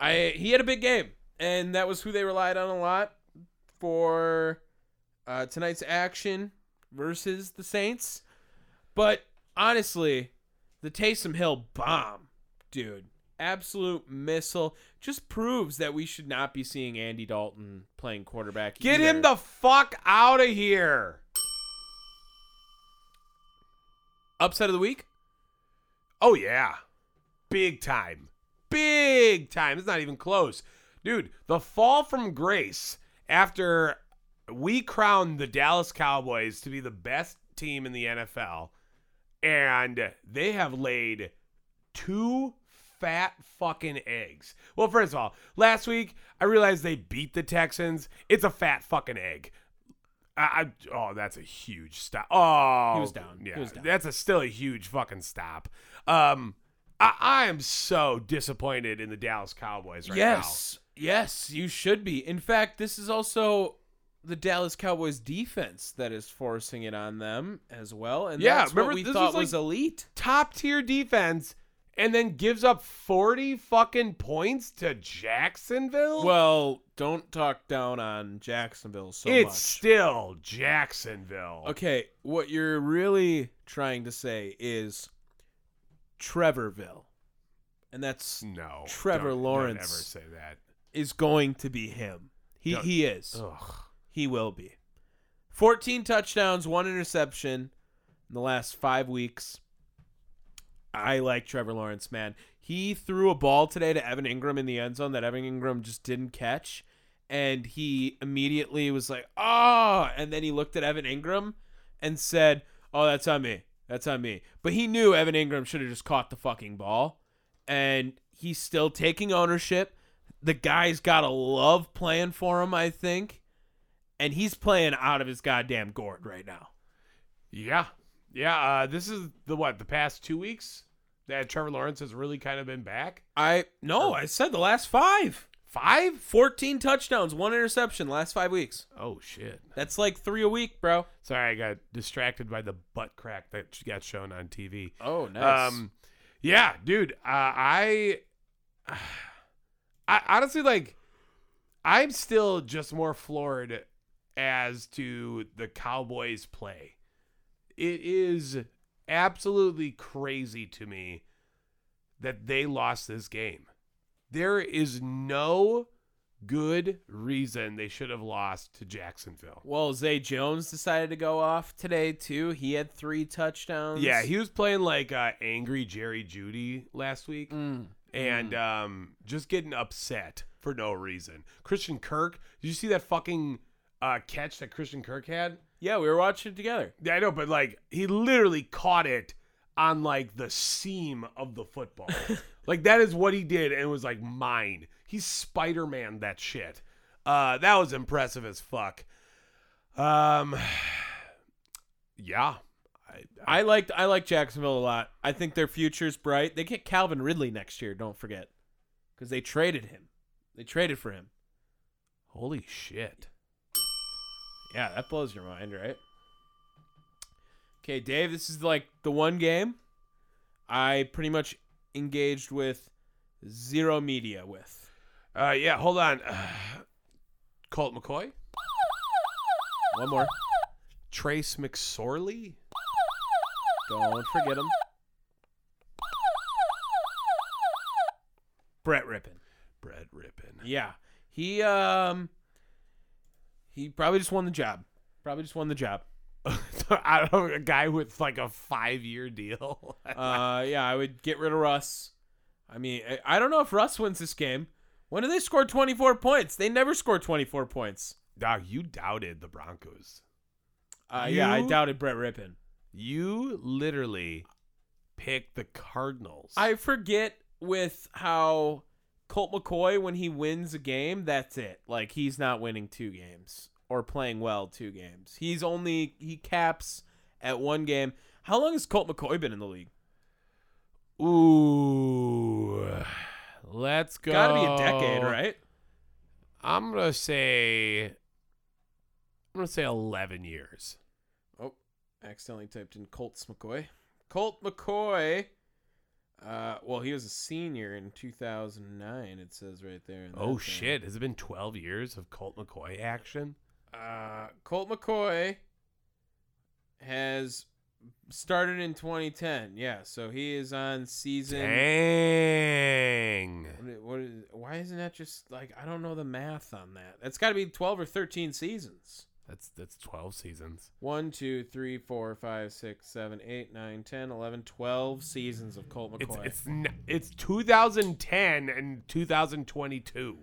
Speaker 3: I he had a big game, and that was who they relied on a lot for uh, tonight's action versus the Saints. But honestly, the Taysom Hill bomb, dude, absolute missile, just proves that we should not be seeing Andy Dalton playing quarterback.
Speaker 4: Get
Speaker 3: either.
Speaker 4: him the fuck out of here.
Speaker 3: upset of the week.
Speaker 4: Oh yeah. Big time. Big time. It's not even close. Dude, the fall from grace after we crowned the Dallas Cowboys to be the best team in the NFL and they have laid two fat fucking eggs. Well, first of all, last week I realized they beat the Texans. It's a fat fucking egg. I, I oh, that's a huge stop. Oh,
Speaker 3: He was down. He
Speaker 4: Yeah,
Speaker 3: was down.
Speaker 4: that's a still a huge fucking stop. Um, I, I am so disappointed in the Dallas Cowboys right
Speaker 3: yes. Yes, you should be. In fact, this is also the Dallas Cowboys defense that is forcing it on them as well. And
Speaker 4: Yeah,
Speaker 3: that's
Speaker 4: remember,
Speaker 3: what we
Speaker 4: this
Speaker 3: thought
Speaker 4: was, like-
Speaker 3: was elite.
Speaker 4: now. Top tier defense, and then gives up forty fucking points to Jacksonville.
Speaker 3: Well, don't talk down on Jacksonville so
Speaker 4: it's
Speaker 3: much.
Speaker 4: still Jacksonville.
Speaker 3: Okay, what you're really trying to say is Trevorville. And that's
Speaker 4: No,
Speaker 3: Trevor
Speaker 4: don't-
Speaker 3: Lawrence.
Speaker 4: Don't ever say that.
Speaker 3: is going to be him. He
Speaker 4: Don't-
Speaker 3: he is.
Speaker 4: Ugh.
Speaker 3: He will be. 14 touchdowns, one interception in the last five weeks. I like Trevor Lawrence, man. He threw a ball today to Evan Ingram in the end zone that Evan Ingram just didn't catch. And he immediately was like, oh, and then he looked at Evan Ingram and said, oh, that's on me. That's on me. But he knew Evan Ingram should have just caught the fucking ball. And he's still taking ownership. The guy's got to love playing for him, I think. And he's playing out of his goddamn gourd right now.
Speaker 4: Yeah. Yeah. Uh, this is the what, the past two weeks that Trevor Lawrence has really kind of been back?
Speaker 3: I no, I said the last five.
Speaker 4: Five?
Speaker 3: 14 touchdowns, one interception last five weeks.
Speaker 4: Oh shit.
Speaker 3: That's like three a week, bro.
Speaker 4: Sorry, I got distracted by the butt crack that got shown on TV.
Speaker 3: Oh,
Speaker 4: Um, yeah, dude. Uh, I, I honestly like. I'm still just more floored as to the Cowboys' play. It is absolutely crazy to me that they lost this game. There is no good reason they should have lost to Jacksonville.
Speaker 3: well, Zay Jones decided to go off today too. He had three touchdowns.
Speaker 4: Yeah, he was playing like uh, angry Jerry Judy last week.
Speaker 3: Mm.
Speaker 4: and um, just getting upset for no reason. Christian Kirk, did you see that fucking uh, catch that Christian Kirk had?
Speaker 3: yeah, we were watching it together.
Speaker 4: Yeah, I know, but like he literally caught it on like the seam of the football. like that is what he did, and it was like mine. He Spider Man that shit. Uh, that was impressive as fuck. Um, yeah, I,
Speaker 3: I liked I like Jacksonville a lot. I think their future's bright. They get Calvin Ridley next year. Don't forget, because they traded him. They traded for him.
Speaker 4: holy shit.
Speaker 3: Yeah, that blows your mind, right? Okay, Dave, this is like the one game I pretty much engaged with zero media with.
Speaker 4: Uh, yeah, hold on. Colt McCoy.
Speaker 3: One more.
Speaker 4: Trace McSorley?
Speaker 3: Don't forget him. Brett Rippin.
Speaker 4: Bread ripping.
Speaker 3: Yeah. He um he probably just won the job. Probably just won the job.
Speaker 4: I don't know, a guy with like a five year deal.
Speaker 3: Uh yeah, I would get rid of Russ. I mean, I, I don't know if Russ wins this game. When do they score 24 points? They never score 24 points.
Speaker 4: Dog, you doubted the Broncos.
Speaker 3: Uh, yeah, I
Speaker 4: You-
Speaker 3: doubted Brett Rippin.
Speaker 4: You literally picked the Cardinals.
Speaker 3: I forget with how Colt McCoy, when he wins a game, that's it. Like he's not winning two games or playing well two games. He's only he caps at one game. How long has Colt McCoy been in the league?
Speaker 4: Ooh. Let's go.
Speaker 3: Got to be a decade, right?
Speaker 4: I'm gonna say I'm gonna say eleven years.
Speaker 3: Oh, accidentally typed in Colts McCoy. Colt McCoy. Uh, well, he was a senior in 2009. It says right there. in that
Speaker 4: Oh
Speaker 3: thing.
Speaker 4: shit. Has it been twelve years of Colt McCoy action?
Speaker 3: Uh, Colt McCoy has started in 2010. Yeah, so he is on season.
Speaker 4: Dang.
Speaker 3: What i- what is, why isn't that just like I don't know the math on that? That's got to be 12 or 13 seasons.
Speaker 4: That's that's twelve seasons.
Speaker 3: 1, 2, 3, 4, 5, 6, 7, 8, 9, 10, 11, 12 seasons of Colt
Speaker 4: It's
Speaker 3: McCoy.
Speaker 4: it's n- it's 2010 and 2022.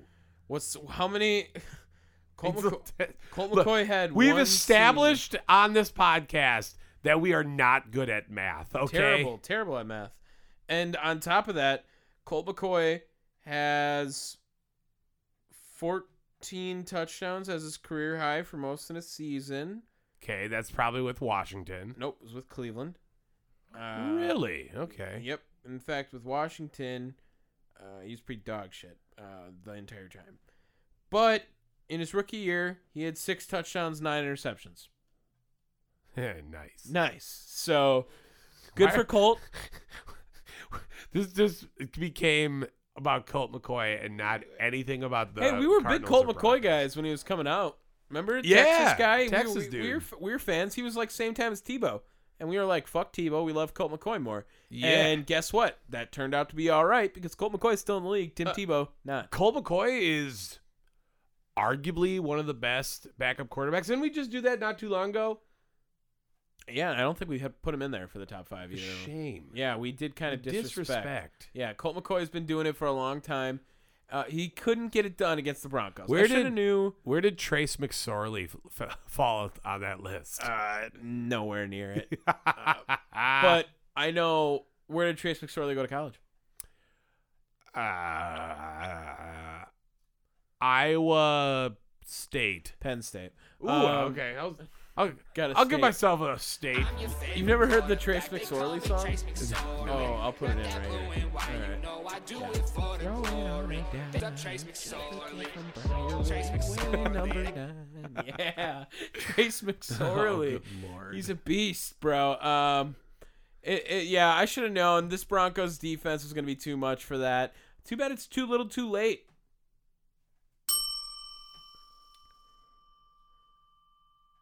Speaker 3: What's how many? Colt,
Speaker 4: It's-
Speaker 3: McCoy, Colt
Speaker 4: Look,
Speaker 3: McCoy had.
Speaker 4: We've
Speaker 3: one
Speaker 4: established on this podcast that we are not good at math. Okay.
Speaker 3: season. terrible, terrible at math. And on top of that, Colt McCoy has 14 touchdowns as his career high for most in a season.
Speaker 4: Okay, that's probably with Washington.
Speaker 3: Nope, it was with Cleveland. Uh,
Speaker 4: really? Okay.
Speaker 3: Yep. In fact, with Washington, uh, he was pretty dog shit uh, the entire time. But in his rookie year, he had six touchdowns, nine interceptions.
Speaker 4: nice.
Speaker 3: Nice. So good
Speaker 4: Why-
Speaker 3: for Colt.
Speaker 4: This just became about Colt McCoy and not anything about the.
Speaker 3: hey, we were big
Speaker 4: Cardinals
Speaker 3: Colt
Speaker 4: or
Speaker 3: McCoy
Speaker 4: Broncos.
Speaker 3: guys when he was coming out. Remember
Speaker 4: Yeah,
Speaker 3: Texas guy? We-
Speaker 4: Texas
Speaker 3: we, We
Speaker 4: dude.
Speaker 3: were, f- we were fans. He was like same time as Tebow, and we were like, "Fuck Tebow, we love Colt McCoy more."
Speaker 4: Yeah.
Speaker 3: And guess what? That turned out to be all right because Colt McCoy's still in the league. Tim
Speaker 4: Uh,
Speaker 3: Tebow not.
Speaker 4: Colt McCoy is arguably one of the best backup quarterbacks. Didn't we just do that not too long ago?
Speaker 3: Yeah, I don't think we had put him in there for the top five either.
Speaker 4: Shame.
Speaker 3: Yeah, we did kind of
Speaker 4: Disrespect.
Speaker 3: Yeah, Colt McCoy's been doing it for a long time. Uh, he couldn't get it done against the Broncos.
Speaker 4: Where
Speaker 3: I shoulda
Speaker 4: did-
Speaker 3: knew
Speaker 4: Where did Trace McSorley f- f- fall on that list?
Speaker 3: uh, nowhere near it.
Speaker 4: uh, Ah.
Speaker 3: but I know where did Trace McSorley go to college?
Speaker 4: uh, Iowa State.
Speaker 3: Penn State.
Speaker 4: Ooh,
Speaker 3: Um,
Speaker 4: okay. I'll, I'll,
Speaker 3: Got a
Speaker 4: I'll give
Speaker 3: state.
Speaker 4: myself a state.
Speaker 3: You've never heard the Trace McSorley song? Oh, I'll put it in right here. All right. Number nine. Yeah, Trace McSorley. He's a beast, bro. Um, it, it, yeah, I should have known this Broncos defense was going to be too much for that. Too bad it's too little, too late.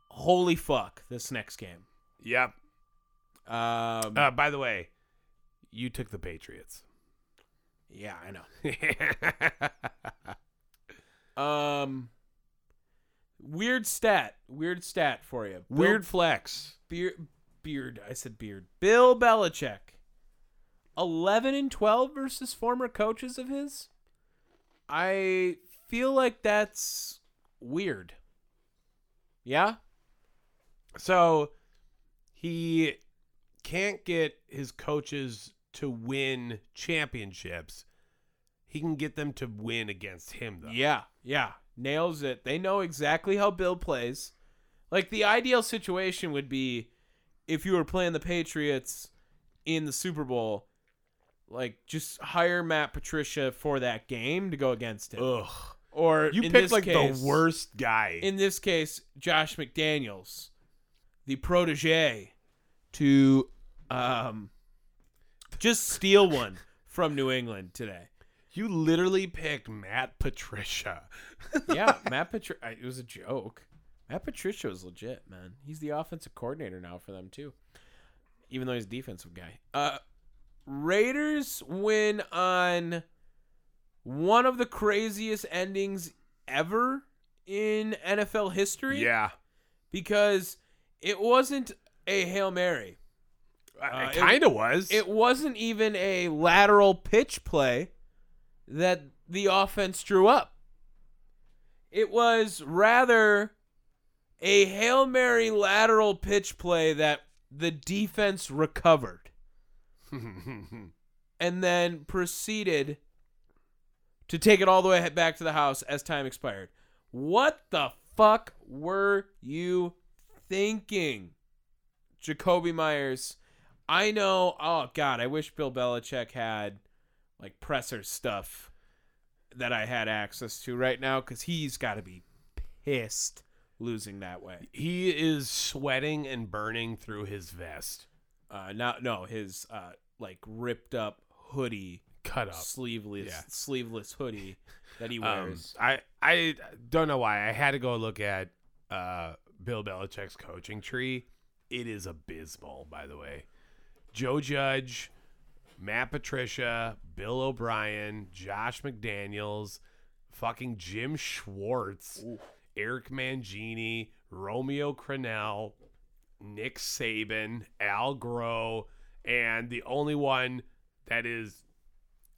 Speaker 3: Holy fuck! This next game.
Speaker 4: Yep.
Speaker 3: Um,
Speaker 4: Uh, by the way, you took the Patriots.
Speaker 3: yeah, I know. Um, weird stat. Weird stat for you. Bill-
Speaker 4: Weird flex.
Speaker 3: beard. Beard. I said beard. Bill Belichick. Eleven and twelve versus former coaches of his. I feel like that's weird. Yeah.
Speaker 4: So he can't get his coaches to win championships. He can get them to win against him, though.
Speaker 3: Yeah, yeah. Nails it. They know exactly how Bill plays. Like the ideal situation would be if you were playing the Patriots in the Super Bowl, like just hire Matt Patricia for that game to go against him.
Speaker 4: Ugh.
Speaker 3: Or
Speaker 4: You
Speaker 3: in
Speaker 4: picked
Speaker 3: this
Speaker 4: like
Speaker 3: case-
Speaker 4: the worst guy.
Speaker 3: In this case, Josh McDaniels, the protege to um just steal one from New England today.
Speaker 4: you literally picked Matt Patricia.
Speaker 3: yeah, Matt Patricia. It was a joke. Matt Patricia was legit, man. He's the offensive coordinator now for them too, even though he's a defensive guy. Uh, Raiders win on one of the craziest endings ever in NFL history.
Speaker 4: Yeah.
Speaker 3: because it wasn't a hail mary.
Speaker 4: I-
Speaker 3: Uh,
Speaker 4: it
Speaker 3: it-
Speaker 4: kind of was.
Speaker 3: It wasn't even a lateral pitch play that the offense drew up. It was rather a Hail Mary lateral pitch play that the defense recovered and then proceeded to take it all the way back to the house as time expired. What the fuck were you thinking, Jacoby Myers? I know. Oh God, I wish Bill Belichick had like presser stuff that I had access to right now because he's got to be pissed losing that way.
Speaker 4: he is sweating and burning through his vest.
Speaker 3: Uh, not no, his uh like ripped up hoodie,
Speaker 4: Cut up.
Speaker 3: sleeveless
Speaker 4: Yeah.
Speaker 3: sleeveless hoodie that he
Speaker 4: Um,
Speaker 3: wears.
Speaker 4: I I don't know why I had to go look at uh, Bill Belichick's coaching tree. It is abysmal, by the way. Joe Judge, Matt Patricia, Bill O'Brien, Josh McDaniels, fucking Jim Schwartz, Eric Mangini, Romeo Crennel, Nick Saban, Al Groh, and the only one that is,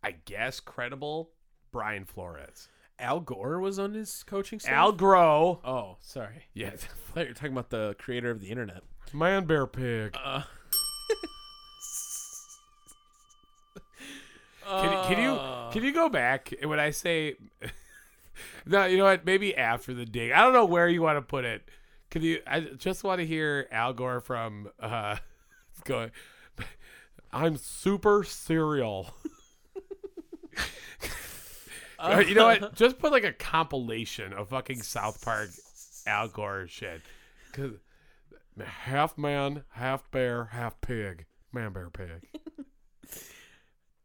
Speaker 4: I guess, credible, Brian Flores.
Speaker 3: Al Gore was on his coaching staff.
Speaker 4: Al Groh.
Speaker 3: oh, sorry.
Speaker 4: Yeah,
Speaker 3: I thought you were talking about the creator of the internet.
Speaker 4: man bear pig.
Speaker 3: Uh,
Speaker 4: Can, can you
Speaker 3: Uh,
Speaker 4: can you go back when I say? no, you know what? Maybe after the dig. I don't know where you want to put it. Can you? I just want to hear Al Gore from uh, going. I'm super cereal. Uh, you know what? Just put like a compilation of fucking South Park Al Gore shit. 'Cause half man, half bear, half pig. Man, bear, pig.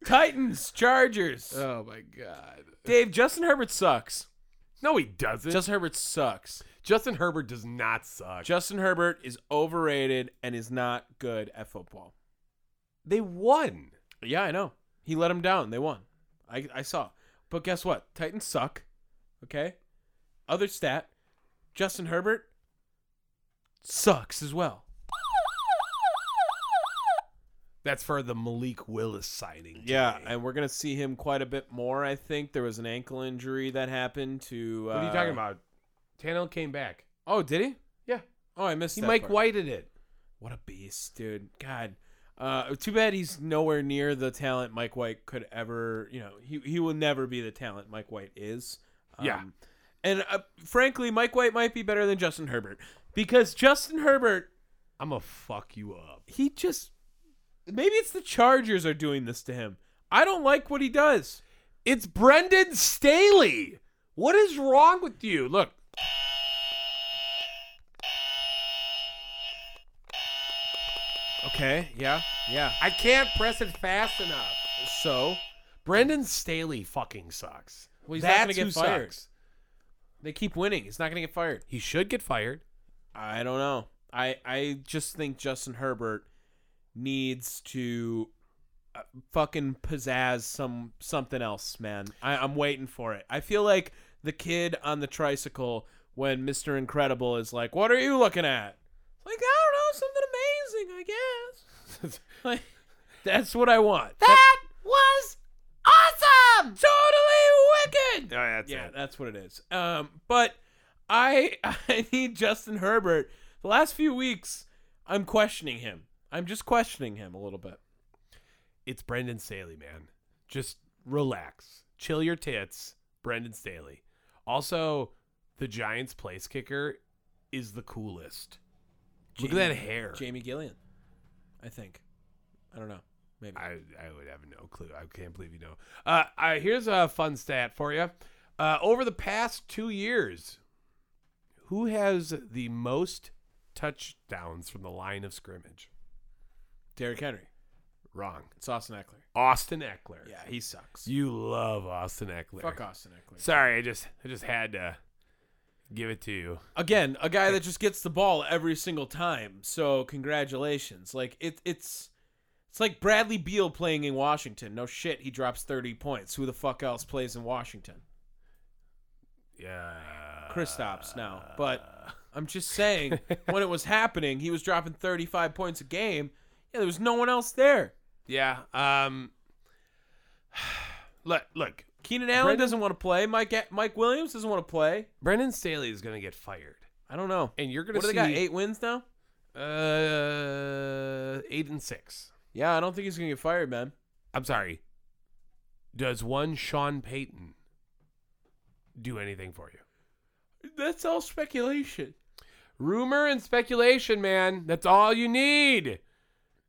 Speaker 3: Titans, Chargers.
Speaker 4: Oh my god.
Speaker 3: Dave, Justin Herbert sucks.
Speaker 4: No, he doesn't.
Speaker 3: Justin Herbert sucks.
Speaker 4: Justin Herbert does not suck.
Speaker 3: Justin Herbert is overrated and is not good at football.
Speaker 4: they won.
Speaker 3: Yeah, I know. He let him down. They won. I, I saw. But guess what? Titans suck. Okay? Other stat, Justin Herbert sucks as well.
Speaker 4: That's for the Malik Willis signing.
Speaker 3: Yeah,
Speaker 4: today.
Speaker 3: and we're gonna see him quite a bit more. I think there was an ankle injury that happened to. Uh,
Speaker 4: what are you talking about? Tannehill came back.
Speaker 3: Oh, did he?
Speaker 4: Yeah.
Speaker 3: Oh, I missed.
Speaker 4: He
Speaker 3: that
Speaker 4: Mike
Speaker 3: part.
Speaker 4: Whited it.
Speaker 3: What a beast, dude. God. Uh, too bad he's nowhere near the talent Mike White could ever, you know, he, he will never be the talent Mike White is.
Speaker 4: Yeah.
Speaker 3: And uh, frankly, Mike White might be better than Justin Herbert because Justin Herbert,
Speaker 4: I'm gonna fuck you up.
Speaker 3: he just, maybe it's the Chargers are doing this to him. I don't like what he does.
Speaker 4: It's Brendan Staley. What is wrong with you? Look.
Speaker 3: Okay. Yeah. Yeah.
Speaker 4: I can't press it fast enough.
Speaker 3: So
Speaker 4: Brendan Staley fucking sucks.
Speaker 3: Well, he's not
Speaker 4: That's
Speaker 3: gonna get
Speaker 4: who
Speaker 3: fired.
Speaker 4: sucks.
Speaker 3: they keep winning. He's not going to get fired.
Speaker 4: He should get fired.
Speaker 3: I don't know. I I just think Justin Herbert needs to uh, fucking pizzazz some something else, man. I, I'm waiting for it. I feel like the kid on the tricycle when Mister Incredible is like, "What are you looking at?" It's like I don't know, something amazing, I guess. like, that's what I want. That was awesome. Totally wicked
Speaker 4: Yeah, that's
Speaker 3: Oh, yeah,
Speaker 4: it.
Speaker 3: that's what it is. Um, but I I need Justin Herbert. The last few weeks, I'm questioning him. I'm just questioning him a little bit.
Speaker 4: It's Brendan Staley, man. Just relax. Chill your tits, Brendan Staley. Also, the Giants place kicker is the coolest. Look at that hair.
Speaker 3: Jamie Gillian. I think. I don't know. Maybe.
Speaker 4: I, I would have no clue. I can't believe you know. Uh, I, here's a fun stat for you. Uh, over the past two years, who has the most touchdowns from the line of scrimmage?
Speaker 3: Derrick Henry.
Speaker 4: Wrong.
Speaker 3: It's Austin Eckler.
Speaker 4: Austin Eckler.
Speaker 3: Yeah, he sucks.
Speaker 4: You love Austin Eckler.
Speaker 3: Fuck Austin Eckler.
Speaker 4: Sorry, I just I just had to give it to you.
Speaker 3: Again, a guy that just gets the ball every single time. So congratulations. Like it, it's it's like Bradley Beal playing in Washington. No shit, he drops thirty points. Who the fuck else plays in Washington?
Speaker 4: Yeah.
Speaker 3: Chris stops now, but I'm just saying when it was happening, he was dropping 35 points a game. Yeah, there was no one else there.
Speaker 4: Yeah. Um. Look, look.
Speaker 3: Keenan Allen
Speaker 4: Brendan-
Speaker 3: doesn't want to play. Mike Mike Williams doesn't want to play.
Speaker 4: Brendan Staley is gonna get fired,
Speaker 3: I don't know.
Speaker 4: and you're gonna
Speaker 3: What do
Speaker 4: see
Speaker 3: they got? Eight wins now?
Speaker 4: Uh, eight and six.
Speaker 3: Yeah, I don't think he's gonna get fired, man.
Speaker 4: I'm sorry. Does one Sean Payton do anything for you?
Speaker 3: That's all speculation.
Speaker 4: Rumor and speculation, man. That's all you need.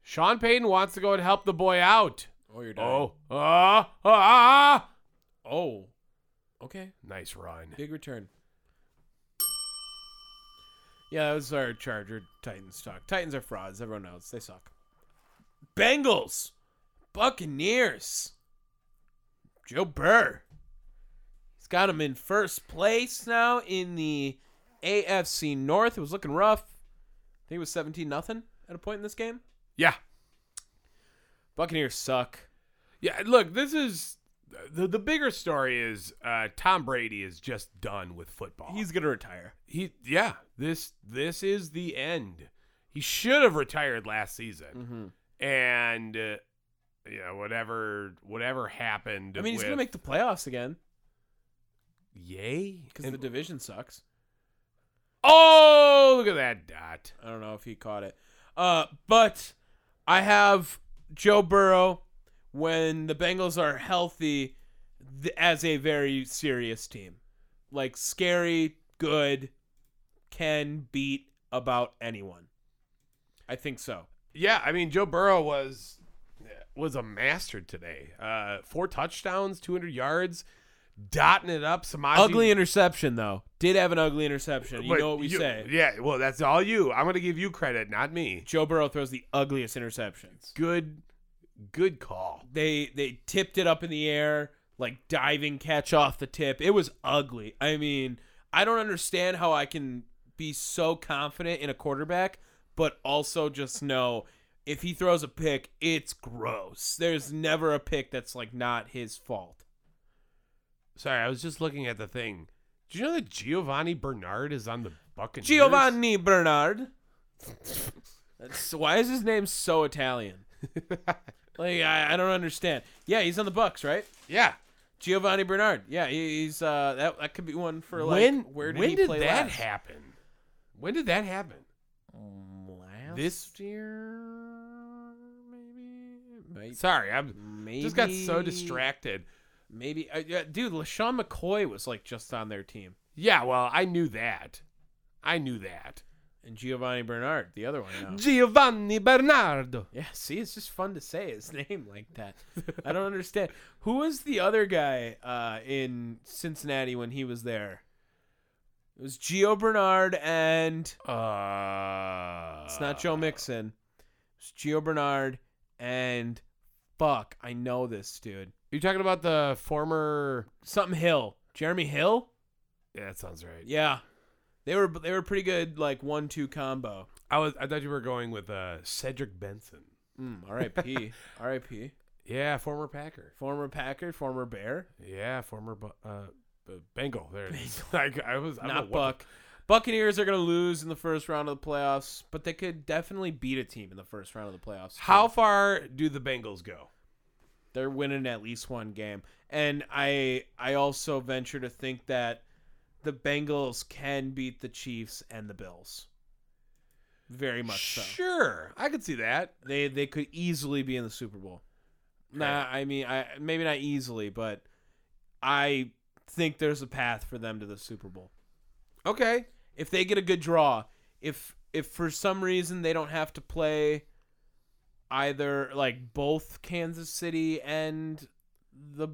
Speaker 4: Sean Payton wants to go and help the boy out.
Speaker 3: Oh, you're dying.
Speaker 4: Oh, ah, ah, ah.
Speaker 3: oh, okay.
Speaker 4: Nice run.
Speaker 3: Big return. Yeah, that was our Charger Titans talk. Titans are frauds. Everyone knows they suck. Bengals, Buccaneers. Joe Burr. He's got him in first place now in the AFC North. It was looking rough. I think it was seventeen nothing at a point in this game.
Speaker 4: Yeah,
Speaker 3: Buccaneers suck.
Speaker 4: yeah. Look, this is the the bigger story is uh, Tom Brady is just done with football.
Speaker 3: He's gonna retire.
Speaker 4: he yeah this this is the end he should have retired last season
Speaker 3: Mm-hmm.
Speaker 4: and uh, yeah whatever whatever happened
Speaker 3: I mean, he's
Speaker 4: with-
Speaker 3: gonna make the playoffs again
Speaker 4: yay
Speaker 3: because
Speaker 4: And-
Speaker 3: the division sucks.
Speaker 4: oh look at that dot
Speaker 3: I don't know if he caught it. Uh, but I have Joe Burrow when the Bengals are healthy th- as a very serious team. Like scary, good, can beat about anyone. I think so.
Speaker 4: yeah i mean joe burrow was was a master today uh four touchdowns 200 yards dotting it up some
Speaker 3: Ugly interception though. Did have an ugly interception. You
Speaker 4: But
Speaker 3: know what we say.
Speaker 4: yeah well that's all you i'm gonna give you credit not me
Speaker 3: Joe Burrow throws the ugliest interceptions.
Speaker 4: good good call
Speaker 3: they they tipped it up in the air like diving catch off the tip it was ugly i mean i don't understand how i can be so confident in a quarterback but also just know if he throws a pick it's gross there's never a pick that's like not his fault
Speaker 4: Sorry, I was just looking at the thing. Do you know that Giovanni Bernard is on the Buccaneers?
Speaker 3: Giovanni Bernard. That's, why is his name so Italian? Like I, I don't understand. Yeah, he's on the Bucks, right?
Speaker 4: yeah.
Speaker 3: Giovanni Bernard. Yeah, he- he's uh that that could be one for like
Speaker 4: when
Speaker 3: where did
Speaker 4: when
Speaker 3: he
Speaker 4: did
Speaker 3: play
Speaker 4: that
Speaker 3: last?
Speaker 4: happen? When did that happen?
Speaker 3: Last
Speaker 4: This year,
Speaker 3: Maybe-
Speaker 4: maybe. Sorry, I'm
Speaker 3: maybe
Speaker 4: just got so distracted.
Speaker 3: Maybe uh, yeah, dude, LaShawn McCoy was like just on their team.
Speaker 4: Yeah, well, I knew that. I knew that.
Speaker 3: And Giovanni Bernard, the other one now.
Speaker 4: Giovanni Bernardo.
Speaker 3: Yeah, see, it's just fun to say his name like that. I don't understand. Who was the other guy uh, in Cincinnati when he was there? It was Gio Bernard and
Speaker 4: Uh,
Speaker 3: it's not Joe Mixon. It's Gio Bernard and fuck, I know this dude.
Speaker 4: You're talking about the former.
Speaker 3: Something Hill, Jeremy Hill.
Speaker 4: Yeah, that sounds right.
Speaker 3: Yeah, they were they were pretty good like one two combo.
Speaker 4: I was. I thought you were going with uh, Cedric Benson.
Speaker 3: Mm, R.I.P. R.I.P.
Speaker 4: Yeah, former Packer.
Speaker 3: Former Packer, former Bear,
Speaker 4: Yeah, former Bu- uh, Bu- Bengal. There it is. like I was. I don't
Speaker 3: not
Speaker 4: know what
Speaker 3: Buck. Buccaneers are going to lose in the first round of the playoffs, but they could definitely beat a team in the first round of the playoffs. too.
Speaker 4: How far do the Bengals go?
Speaker 3: they're winning at least one game, and I I also venture to think that the Bengals can beat the Chiefs and the Bills. Very much so.
Speaker 4: Sure, I could see that.
Speaker 3: They they could easily be in the Super Bowl. Nah, I mean, I maybe not easily, but I think there's a path for them to the Super Bowl.
Speaker 4: Okay.
Speaker 3: if they get a good draw, if if for some reason they don't have to play either like both Kansas City and the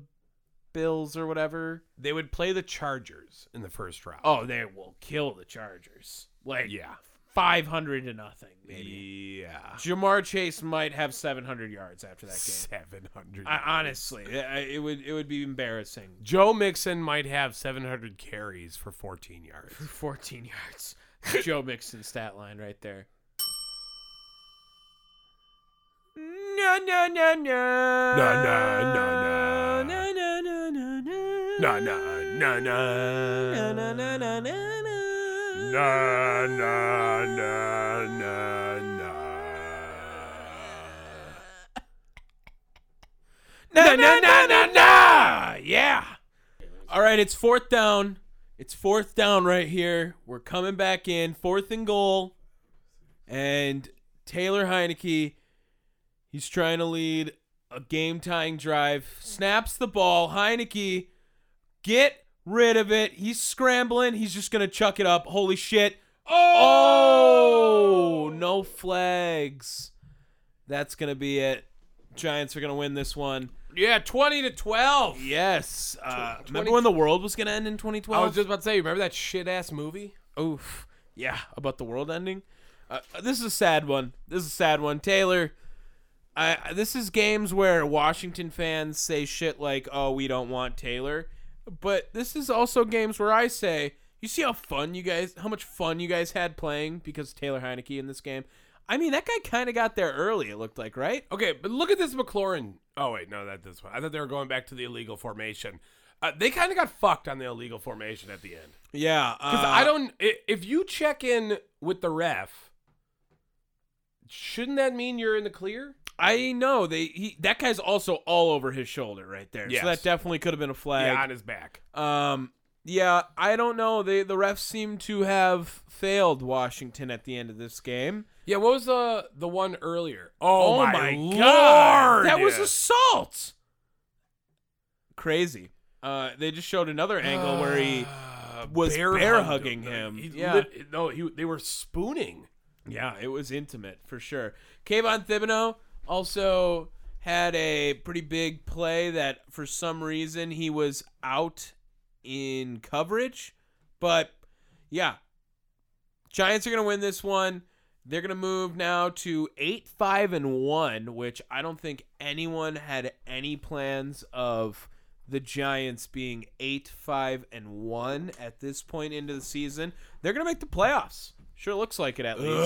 Speaker 3: Bills or whatever,
Speaker 4: They would play the Chargers in the first round.
Speaker 3: oh, they will kill the Chargers. Like
Speaker 4: yeah,
Speaker 3: 500 to nothing, maybe.
Speaker 4: yeah.
Speaker 3: Jamar Chase might have 700 yards after that game.
Speaker 4: Seven hundred.
Speaker 3: I, honestly, I- it would it would be embarrassing.
Speaker 4: Joe Mixon might have seven hundred carries for fourteen yards.
Speaker 3: 14 yards. Joe Mixon stat line right there. No, no, no, no.
Speaker 4: No, no, no, no.
Speaker 3: No, no, no, no, no.
Speaker 4: Na na na
Speaker 3: No,
Speaker 4: na.
Speaker 3: no, no, no, no, no.
Speaker 4: Na na na na
Speaker 3: No, no, no, no,
Speaker 4: na. na. Yeah.
Speaker 3: All right, it's fourth down. It's fourth down right here. We're coming back in, fourth and goal. And Taylor Heineke, he's trying to lead a game tying drive. Snaps the ball. Heineke, get rid of it. He's scrambling. He's just going to chuck it up. Holy shit. Oh, no flags. That's going to be it. Giants are going to win this one.
Speaker 4: Yeah, twenty to twelve.
Speaker 3: Yes. Uh, remember when the world was going to end in 2012?
Speaker 4: I was just about to say, remember that shit ass movie?
Speaker 3: Oof. Yeah, about the world ending. Uh, this is a sad one. This is a sad one. Taylor, I, I- this is games where Washington fans say shit like, oh, we don't want Taylor. But this is also games where I say, you see how fun you guys, how much fun you guys had playing because Taylor Heineke in this game. I mean, that guy kind of got there early, it looked like, right?
Speaker 4: Okay, but look at this McLaurin. Oh wait, no, that this one. I thought they were going back to the illegal formation. Uh, they kind of got fucked on the illegal formation at the end.
Speaker 3: Yeah.
Speaker 4: Because I don't. i- If you check in with the ref, shouldn't that mean you're in the clear?
Speaker 3: I know they he, that guy's also all over his shoulder right there.
Speaker 4: Yes.
Speaker 3: So that definitely could have been a flag.
Speaker 4: yeah, on his back.
Speaker 3: Um, yeah, I don't know. They the refs seem to have failed Washington at the end of this game.
Speaker 4: Yeah, what was the the one earlier? Oh,
Speaker 3: God,
Speaker 4: lord,
Speaker 3: that was assault. Crazy. Uh, they just showed another angle where he. was bear
Speaker 4: Uh, hugged
Speaker 3: hugging him.
Speaker 4: He
Speaker 3: Yeah.
Speaker 4: lit- no, he, they were spooning.
Speaker 3: Yeah, it was intimate for sure. Kayvon Thibodeau also had a pretty big play that for some reason he was out in coverage. But yeah, Giants are going to win this one. They're going to move now to 8 5 and 1, which I don't think anyone had any plans of the Giants being 8 5 and 1 at this point into the season. They're going to make the playoffs. Sure looks like it at least.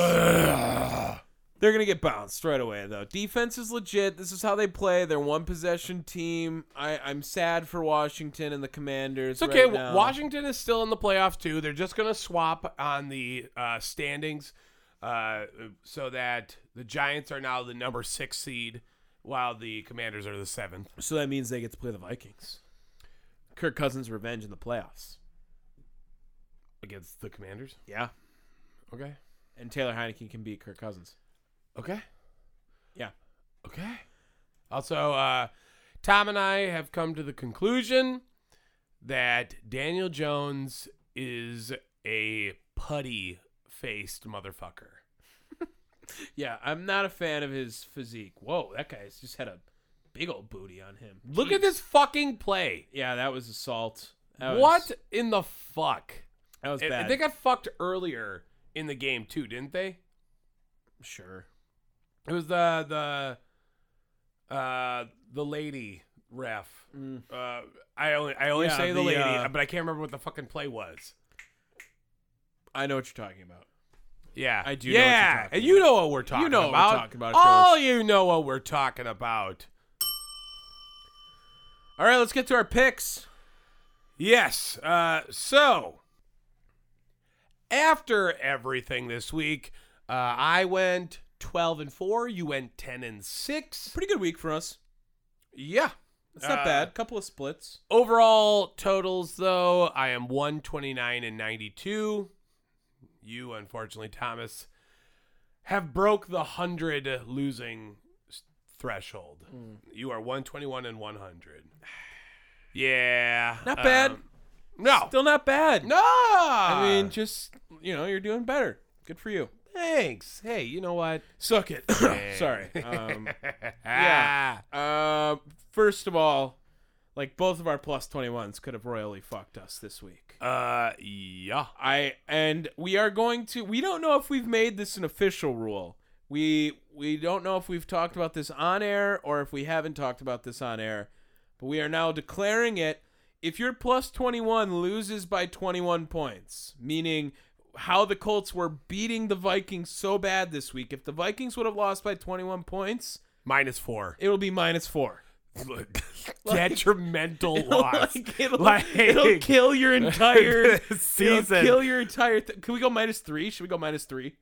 Speaker 3: They're gonna get bounced right away though. Defense is legit. This is how they play. They're one possession team. I I'm sad for Washington and the Commanders.
Speaker 4: It's okay.
Speaker 3: right now.
Speaker 4: Washington is still in the playoffs too. They're just going to swap on the uh, standings uh, so that the Giants are now the number six seed, while the Commanders are the seventh.
Speaker 3: So that means they get to play the Vikings. Kirk Cousins revenge in the playoffs.
Speaker 4: Against the Commanders.
Speaker 3: Yeah.
Speaker 4: Okay.
Speaker 3: And Taylor Heineke can beat Kirk Cousins.
Speaker 4: Okay.
Speaker 3: Yeah.
Speaker 4: Okay. Also, uh, Tom and I have come to the conclusion that Daniel Jones is a putty faced motherfucker.
Speaker 3: Yeah, I'm not a fan of his physique. Whoa, that guy's just had a big old booty on him.
Speaker 4: Look
Speaker 3: Jeez.
Speaker 4: at this fucking play.
Speaker 3: Yeah, that was assault. That was-
Speaker 4: what in the fuck?
Speaker 3: That was
Speaker 4: And-
Speaker 3: bad.
Speaker 4: and they got fucked earlier in the game too, didn't they?
Speaker 3: sure.
Speaker 4: It was the the uh the lady ref. Uh, I only I only
Speaker 3: Mm. Yeah,
Speaker 4: say the,
Speaker 3: the,
Speaker 4: lady,
Speaker 3: uh,
Speaker 4: but I can't remember what the fucking play was.
Speaker 3: I know what you're talking about.
Speaker 4: Yeah,
Speaker 3: I do know what you're
Speaker 4: Yeah,
Speaker 3: talking
Speaker 4: and you know what we're talking.
Speaker 3: know what we're
Speaker 4: about.
Speaker 3: talking about,
Speaker 4: All you know what we're talking about.
Speaker 3: All right, let's get to our picks.
Speaker 4: Yes. Uh, so after everything this week, uh, I went twelve and four. You went ten and six.
Speaker 3: Pretty good week for us.
Speaker 4: Yeah,
Speaker 3: It's not
Speaker 4: Uh,
Speaker 3: bad. Couple of splits.
Speaker 4: Overall totals, though, I am 129 and 92. You, unfortunately, Thomas, have broke the 100 losing s- threshold.
Speaker 3: Mm.
Speaker 4: You are 121 and 100. Yeah.
Speaker 3: Not bad.
Speaker 4: um, No.
Speaker 3: Still not bad.
Speaker 4: no.
Speaker 3: I
Speaker 4: I
Speaker 3: mean, just you know, you're doing better. Good for you.
Speaker 4: thanks. Hey, you know what?
Speaker 3: Suck it. Sorry. Um, yeah. Um. first of all, like both of our plus twenty ones could have royally fucked us this week.
Speaker 4: Uh, yeah.
Speaker 3: I and we are going to. We don't know if we've made this an official rule. We we don't know if we've talked about this on air or if we haven't talked about this on air, but we are now declaring it. If your plus twenty one loses by twenty one points, meaning how the Colts were beating the Vikings so bad this week, if the Vikings would have lost by twenty one points,
Speaker 4: Minus four.
Speaker 3: it'll be minus four.
Speaker 4: Detrimental loss.
Speaker 3: Like, it'll,
Speaker 4: Like-
Speaker 3: it'll kill your entire it'll
Speaker 4: season.
Speaker 3: kill your entire. Th- Can we go minus three? Should we go minus three?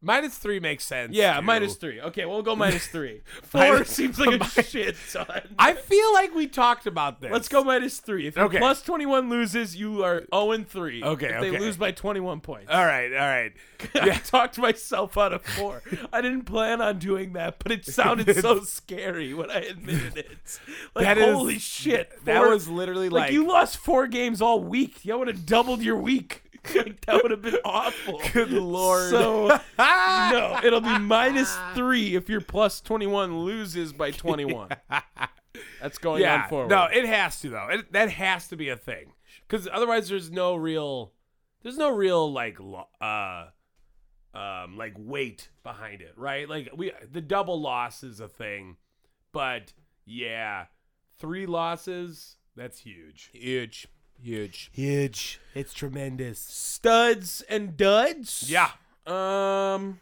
Speaker 4: Minus three makes sense.
Speaker 3: Yeah,
Speaker 4: too.
Speaker 3: minus three. Okay, we'll go minus three. Four
Speaker 4: Minus-
Speaker 3: seems like a
Speaker 4: minus-
Speaker 3: shit ton.
Speaker 4: I feel like we talked about this.
Speaker 3: Let's go minus three. If
Speaker 4: Okay.
Speaker 3: okay. plus twenty one loses, you are zero and three.
Speaker 4: Okay,
Speaker 3: if
Speaker 4: okay. Uh,
Speaker 3: they lose by twenty one points.
Speaker 4: All right, all right.
Speaker 3: I talked myself out of four. I didn't plan on doing that, but it sounded so scary when I admitted it. Like
Speaker 4: That is-
Speaker 3: holy shit!
Speaker 4: that
Speaker 3: four-
Speaker 4: was literally like-
Speaker 3: you lost four games all week. You would have doubled your week. like, that would have been awful.
Speaker 4: Good lord.
Speaker 3: So no, it'll be minus three if your plus twenty one loses by twenty one. That's going
Speaker 4: yeah,
Speaker 3: on forward.
Speaker 4: no, it has to though. It, that has to be a thing because otherwise, there's no real, there's no real like, lo- uh, um, like weight behind it, right? Like we, the double loss is a thing, but yeah, three losses, that's huge.
Speaker 3: huge, huge
Speaker 4: Huge. It's tremendous.
Speaker 3: studs and duds.
Speaker 4: Yeah.
Speaker 3: Um,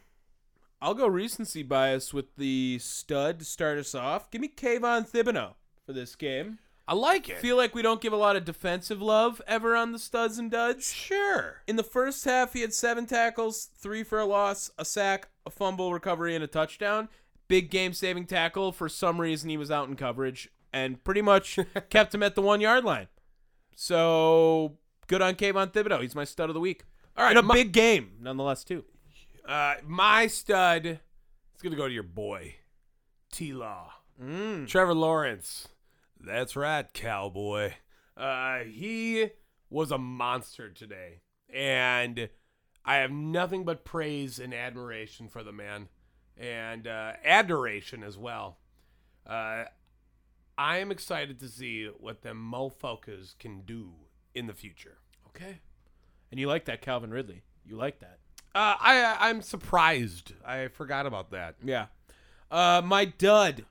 Speaker 3: I'll go recency bias with the stud to start us off. Give me Kayvon Thibodeau for this game.
Speaker 4: I like it.
Speaker 3: Feel like we don't give a lot of defensive love ever on the studs and duds.
Speaker 4: sure.
Speaker 3: In the first half, he had seven tackles, three for a loss, a sack, a fumble recovery, and a touchdown. Big game saving tackle. For some reason, he was out in coverage and pretty much kept him at the one yard line. So good on Kayvon Thibodeau. He's my stud of the week. All right, in a big game, nonetheless, too.
Speaker 4: Uh, my stud it's gonna go to your boy, T Law,
Speaker 3: Mm.
Speaker 4: Trevor Lawrence. That's right, cowboy. Uh, he was a monster today, and I have nothing but praise and admiration for the man, and uh, adoration as well. Uh, I am excited to see what the mofokas can do in the future.
Speaker 3: Okay. And you like that Calvin Ridley. You like that.
Speaker 4: Uh, I I'm surprised. I forgot about that.
Speaker 3: Yeah. Uh, my dud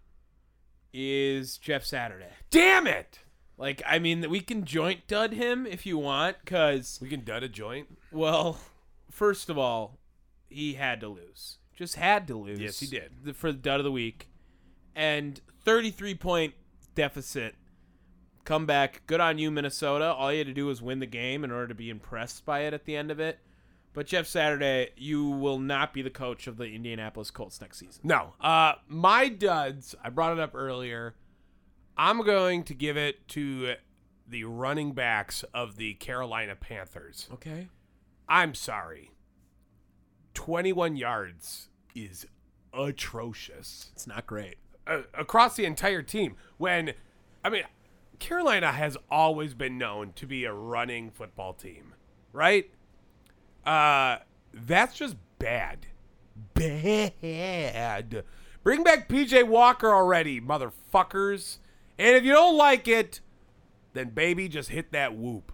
Speaker 3: is Jeff Saturday.
Speaker 4: Damn it!
Speaker 3: Like, I mean, we can joint dud him if you want, because,
Speaker 4: We can dud a joint.
Speaker 3: well, first of all, he had to lose. Just had to lose.
Speaker 4: Yes, he did.
Speaker 3: th- For the dud of the week. And 33 point deficit. Come back. Good on you, Minnesota. All you had to do was win the game in order to be impressed by it at the end of it. But Jeff Saturday, you will not be the coach of the Indianapolis Colts next season.
Speaker 4: No. Uh, my duds, I brought it up earlier. I'm going to give it to the running backs of the Carolina Panthers.
Speaker 3: Okay.
Speaker 4: I'm sorry. 21 yards is atrocious
Speaker 3: It's not great.
Speaker 4: uh, across the entire team. When, I mean, Carolina has always been known to be a running football team, right? Uh, that's just bad, bad. Bring back PJ Walker already, motherfuckers. And if you don't like it, then baby, just hit that whoop.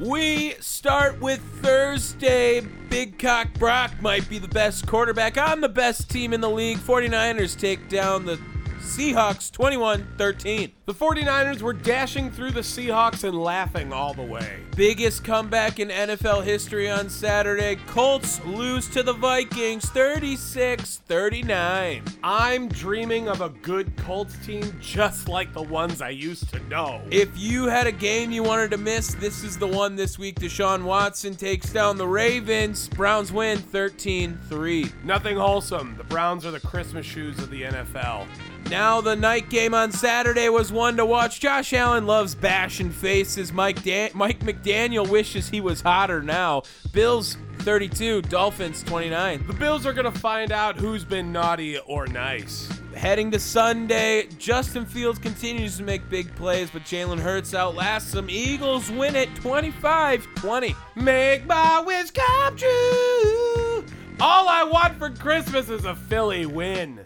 Speaker 3: We start with Thursday. Big Cock Brock might be the best quarterback on the best team in the league. 49ers take down the Seahawks 21 13.
Speaker 4: The 49ers were dashing through the Seahawks and laughing all the way.
Speaker 3: Biggest comeback in NFL history on Saturday. Colts lose to the Vikings 36 39.
Speaker 4: I'm dreaming of a good Colts team just like the ones I used to know.
Speaker 3: If you had a game you wanted to miss, this is the one this week. Deshaun Watson takes down the Ravens. Browns win 13 3.
Speaker 4: Nothing wholesome. The Browns are the Christmas shoes of the NFL.
Speaker 3: Now the night game on Saturday was one to watch. Josh Allen loves bashing faces. Mike Dan- Mike McDaniel wishes he was hotter now. Bills 32, Dolphins 29.
Speaker 4: The Bills are going to find out who's been naughty or nice.
Speaker 3: Heading to Sunday, Justin Fields continues to make big plays, but Jalen Hurts outlasts him. Eagles win it 25-20.
Speaker 4: Make my wish come true. All I want for Christmas is a Philly win.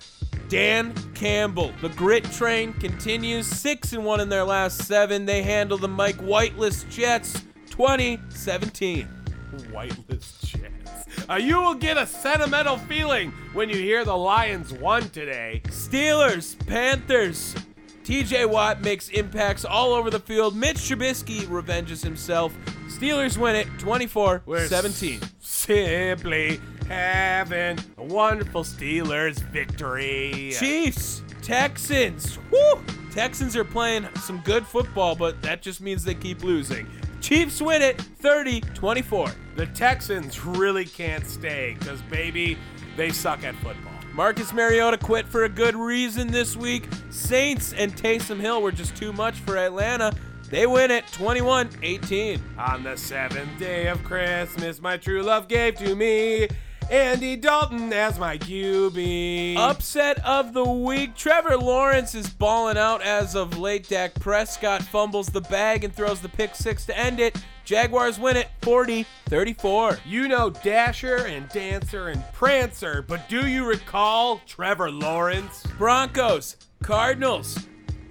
Speaker 3: Dan Campbell. The grit train continues. Six and one in their last seven. They handle the Mike Whiteless Jets 20-17.
Speaker 4: Whiteless Jets. Uh, you will get a sentimental feeling when you hear the Lions won today.
Speaker 3: Steelers, Panthers. TJ Watt makes impacts all over the field. Mitch Trubisky revenges himself. Steelers win it 24
Speaker 4: We're
Speaker 3: 17.
Speaker 4: s- simply having a wonderful Steelers victory.
Speaker 3: Chiefs, Texans. Woo! Texans are playing some good football, but that just means they keep losing. Chiefs win it 30 24.
Speaker 4: The Texans really can't stay because, baby, they suck at football.
Speaker 3: Marcus Mariota quit for a good reason this week. Saints and Taysom Hill were just too much for Atlanta. They win it 21 18.
Speaker 4: On the seventh day of Christmas, my true love gave to me Andy Dalton as my QB.
Speaker 3: Upset of the week. Trevor Lawrence is balling out as of late. Dak Prescott fumbles the bag and throws the pick six to end it. Jaguars win it 40 34.
Speaker 4: You know Dasher and Dancer and Prancer, but do you recall Trevor Lawrence?
Speaker 3: Broncos, Cardinals.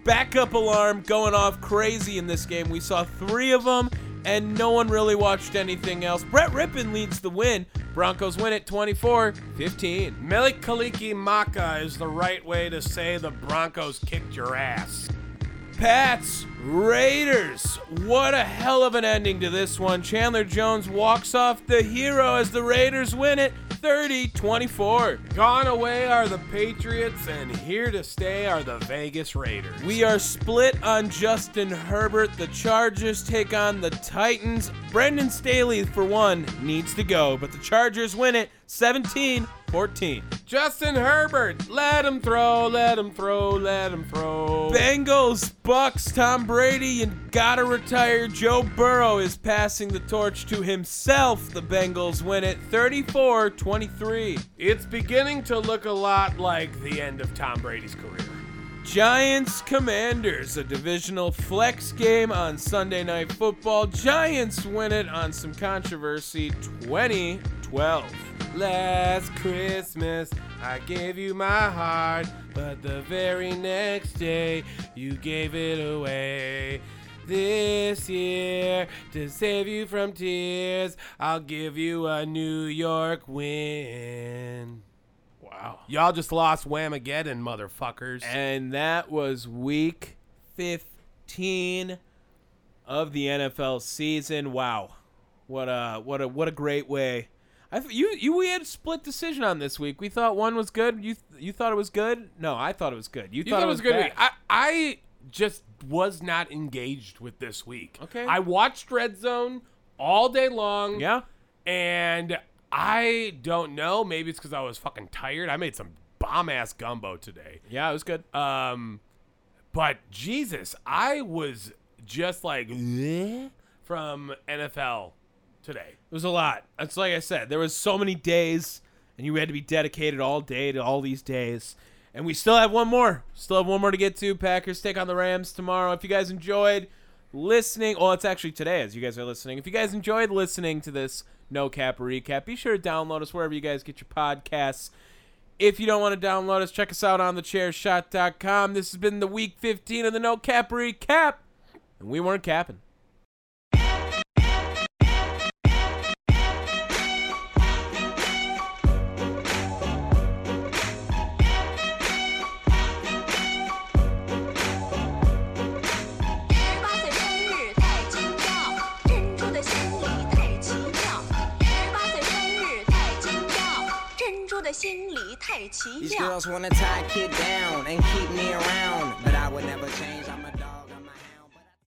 Speaker 3: Backup alarm going off crazy in this game. We saw three of them, and no one really watched anything else. Brett Rippon leads the win. Broncos win it 24 15.
Speaker 4: Melikaliki Maka is the right way to say the Broncos kicked your ass.
Speaker 3: Pats, Raiders. What a hell of an ending to this one. Chandler Jones walks off the hero as the Raiders win it 30 24.
Speaker 4: Gone away are the Patriots, and here to stay are the Vegas Raiders.
Speaker 3: We are split on Justin Herbert. The Chargers take on the Titans. Brendan Staley, for one, needs to go, but the Chargers win it 17 14.
Speaker 4: Justin Herbert, let him throw, let him throw, let him throw.
Speaker 3: Bengals, Bucks, Tom Brady, you gotta retire. Joe Burrow is passing the torch to himself. The Bengals win it 34 23.
Speaker 4: It's beginning to look a lot like the end of Tom Brady's career.
Speaker 3: Giants Commanders, a divisional flex game on Sunday Night Football. Giants win it on some controversy 2012.
Speaker 4: Last Christmas, I gave you my heart, but the very next day, you gave it away. This year, to save you from tears, I'll give you a New York win. Wow. Y'all just lost Whamageddon, motherfuckers.
Speaker 3: And that was week 15. of the NFL season. Wow, what a what a what a great way. I th- you you we had a split decision on this week. We thought one was good. You th- you thought it was good. No, I thought it was good. You,
Speaker 4: You thought, it was a good week. I, I just was not engaged with this week.
Speaker 3: Okay.
Speaker 4: I watched Red Zone all day long.
Speaker 3: yeah.
Speaker 4: And I don't know. Maybe it's because I was fucking tired. I made some bomb ass gumbo today.
Speaker 3: Yeah, it was good.
Speaker 4: Um, but Jesus, I was just like "Eh?" from NFL today.
Speaker 3: It was a lot. It's like I said, there was so many days, and you had to be dedicated all day to all these days. And we still have one more. Still have one more to get to. Packers take on the Rams tomorrow. If you guys enjoyed listening, well, it's actually today as you guys are listening. If you guys enjoyed listening to this no cap recap, be sure to download us wherever you guys get your podcasts. If you don't want to download us, check us out on thechairshot.com. This has been the week 15 of the no cap recap, and we weren't capping.
Speaker 1: 十八岁生日太精妙，珍珠的心里太奇妙。十八岁生日太精妙，珍珠的心里太奇
Speaker 5: These
Speaker 1: 妙。
Speaker 5: girls wanna tie a kid down and keep me around.